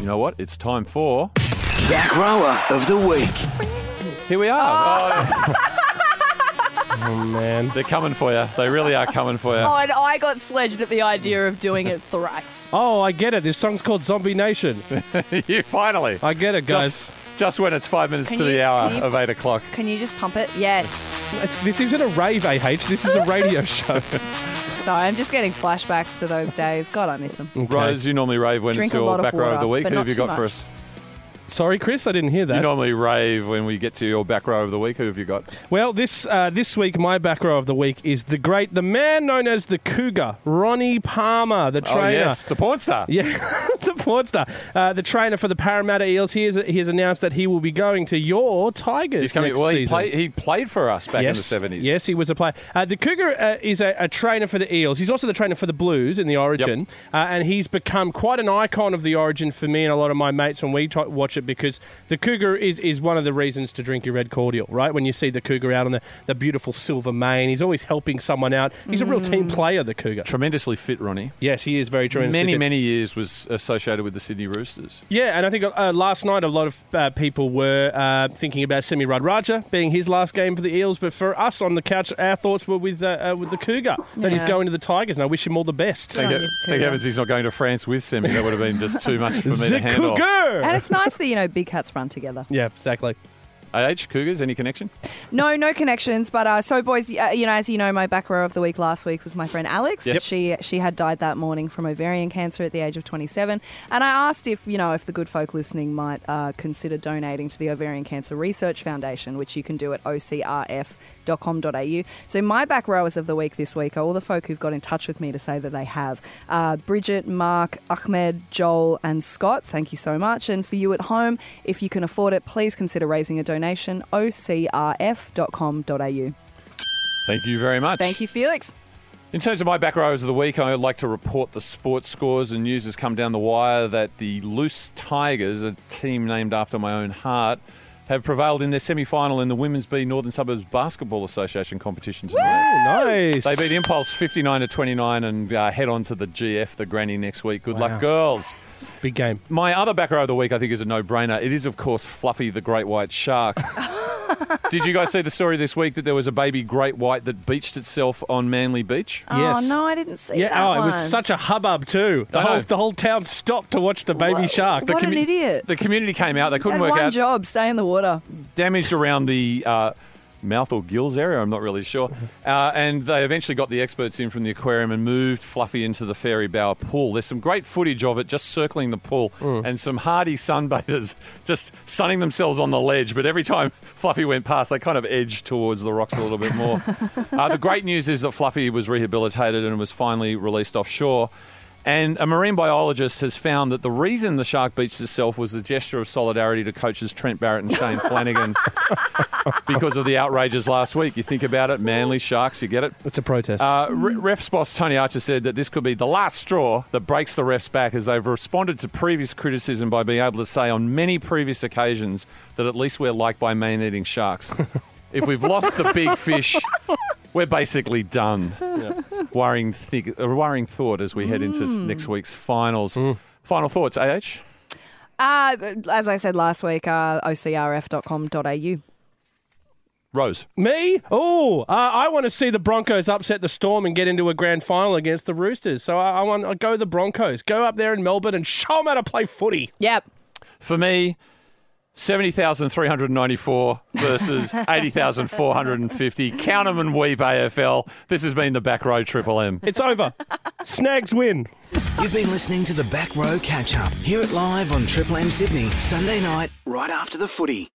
Speaker 5: You know what? It's time for.
Speaker 1: Back rower of the week.
Speaker 5: Here we are.
Speaker 3: Oh, man.
Speaker 5: They're coming for you. They really are coming for you.
Speaker 6: Oh, and I got sledged at the idea of doing it thrice.
Speaker 3: Oh, I get it. This song's called Zombie Nation.
Speaker 6: Oh.
Speaker 5: [LAUGHS] you finally.
Speaker 3: I get it, guys.
Speaker 5: Just, just when it's five minutes
Speaker 6: Can
Speaker 5: to
Speaker 6: you-
Speaker 5: the hour
Speaker 6: can you-
Speaker 5: of eight o'clock.
Speaker 6: Can you just pump it? Yes.
Speaker 3: It's, this isn't a rave, AH. This is a
Speaker 5: [LAUGHS]
Speaker 3: radio show.
Speaker 6: Sorry, I'm just getting flashbacks to those days. God, I miss them.
Speaker 5: Rose, you normally rave when
Speaker 6: Drink
Speaker 5: it's
Speaker 6: a
Speaker 5: your
Speaker 6: lot of
Speaker 5: Back Row of
Speaker 6: water,
Speaker 5: the Week.
Speaker 6: but
Speaker 5: Who
Speaker 6: not
Speaker 5: have you
Speaker 6: too
Speaker 5: got for
Speaker 6: much.
Speaker 5: us?
Speaker 3: Sorry, Chris. I didn't hear that.
Speaker 5: You normally rave when we get to your Back Row of the Week. Who have you got?
Speaker 3: Well, this uh, this week, my back row of the week is the great, the man known as the Cougar, Ronnie Palmer, the trainer.
Speaker 5: Oh, yes. The porn star.
Speaker 3: [LAUGHS] Yeah, the porn star, uh, the trainer for the Parramatta Eels. He, is, he has announced that he will be going to your Tigers
Speaker 5: He's coming.
Speaker 3: next
Speaker 5: Well, he
Speaker 3: season.
Speaker 5: played, he played for us back
Speaker 3: yes.
Speaker 5: in the 70s.
Speaker 3: Yes, he was a player. Uh, the Cougar uh, is a, a trainer for the Eels. He's also the trainer for the Blues in the Origin, uh, and he's become quite an icon of the Origin for me and a lot of my mates when we t- watch it because the Cougar is, is one of the reasons to drink your red cordial, right? When you see the Cougar out on the, the beautiful silver mane, he's always helping someone out. He's a real team player, the Cougar.
Speaker 5: Tremendously fit, Ronnie.
Speaker 3: Yes, he is very true.
Speaker 5: Many, many years was associated with the Sydney Roosters.
Speaker 3: Yeah, and I think uh, last night a lot of uh, people were uh, thinking about Semi Radaraja being his last game for the Eels, but for us on the couch, our thoughts were with uh, uh, with the Cougar that he's
Speaker 6: Yeah.
Speaker 3: going to the Tigers, and I wish him all the best.
Speaker 5: Thank,
Speaker 6: you,
Speaker 5: thank
Speaker 6: Cougar.
Speaker 5: heavens he's not going to France with Semi. That would have been just too much
Speaker 3: [LAUGHS]
Speaker 5: for me to
Speaker 3: The
Speaker 5: handle.
Speaker 6: And
Speaker 3: Cougar.
Speaker 6: it's nice that, you know, big cats run together.
Speaker 3: Yeah, exactly.
Speaker 5: AH Cougars, any connection?
Speaker 6: No, no connections. But uh, so, boys, uh, you know, as you know, my back row of the week last week was my friend Alex.
Speaker 5: Yep.
Speaker 6: She she had died that morning from ovarian cancer at the age of 27. And I asked if you know if the good folk listening might uh, consider donating to the Ovarian Cancer Research Foundation, which you can do at ocrf.com.au. So my back rowers of the week this week are all the folk who've got in touch with me to say that they have uh, Bridget, Mark, Ahmed, Joel, and Scott. Thank you so much. And for you at home, if you can afford it, please consider raising a donation. ocrf.com.au.
Speaker 5: Thank you very much.
Speaker 6: Thank you, Felix.
Speaker 5: In terms of my back rows of the week, I'd like to report the sports scores and news has come down the wire that the Loose Tigers, a team named after my own heart, have prevailed in their semi-final in the Women's B Northern Suburbs Basketball Association competition tonight.
Speaker 3: Nice.
Speaker 5: They beat Impulse 59 to 29 and uh, head on to the GF, the granny, next week. Good
Speaker 3: Wow.
Speaker 5: luck, girls.
Speaker 3: Big game.
Speaker 5: My other back row of the week, I think, is a no-brainer. It is, of course, Fluffy the Great White Shark. Did you guys see the story this week that there was a baby great white that beached itself on Manly Beach?
Speaker 3: Yes.
Speaker 6: Oh, no, I didn't see that
Speaker 3: Yeah, oh,
Speaker 6: one.
Speaker 3: it was such a hubbub too. The
Speaker 5: I know.
Speaker 3: whole the whole town stopped to watch the baby shark.
Speaker 6: What
Speaker 5: The
Speaker 6: an
Speaker 5: commu-
Speaker 6: idiot.
Speaker 5: The community came out. They couldn't
Speaker 6: Had
Speaker 5: work
Speaker 6: one
Speaker 5: out.
Speaker 6: job, stay in the water.
Speaker 5: Damaged around the uh, mouth or gills area. I'm not really
Speaker 6: [LAUGHS]
Speaker 5: sure. Uh, and they eventually got the experts in from the aquarium and moved Fluffy into the fairy bower pool. There's some great footage of it just circling the pool
Speaker 6: Mm.
Speaker 5: and some hardy sunbathers [LAUGHS] just sunning themselves on the ledge. But every time [LAUGHS] Fluffy went past, they kind of edged towards the rocks a little bit
Speaker 6: [LAUGHS]
Speaker 5: more. [LAUGHS] uh, the great news is that Fluffy was rehabilitated and was finally released offshore. And a marine biologist has found that the reason the shark beached itself was a gesture of solidarity to coaches Trent Barrett and Shane Flanagan because of the outrages last week. You think about it, manly sharks, you get it.
Speaker 3: It's a protest.
Speaker 5: Uh, re- refs boss Tony Archer said that this could be the last straw that breaks the refs back as they've responded to previous criticism by being able to say on many previous occasions that at least we're liked by man eating sharks. if we've lost the big fish, we're basically done. Worrying, thick, a worrying thought as we head into next week's finals. Final thoughts, AH?
Speaker 6: Uh, as I said last week, uh, ocrf.com.au.
Speaker 5: Rose.
Speaker 3: Me? Oh, uh, I want to see the Broncos upset the Storm and get into a grand final against the Roosters. So I, I want I go the Broncos. Go up there in Melbourne and show them how to play footy.
Speaker 6: Yep.
Speaker 5: For me, 70,394 versus 80,450. Count 'em and weep AFL. This has been the back row Triple M.
Speaker 3: It's over. Snags win.
Speaker 1: You've been listening to the Back Row Catch Up. Hear it live on Triple M Sydney, Sunday night, right after the footy.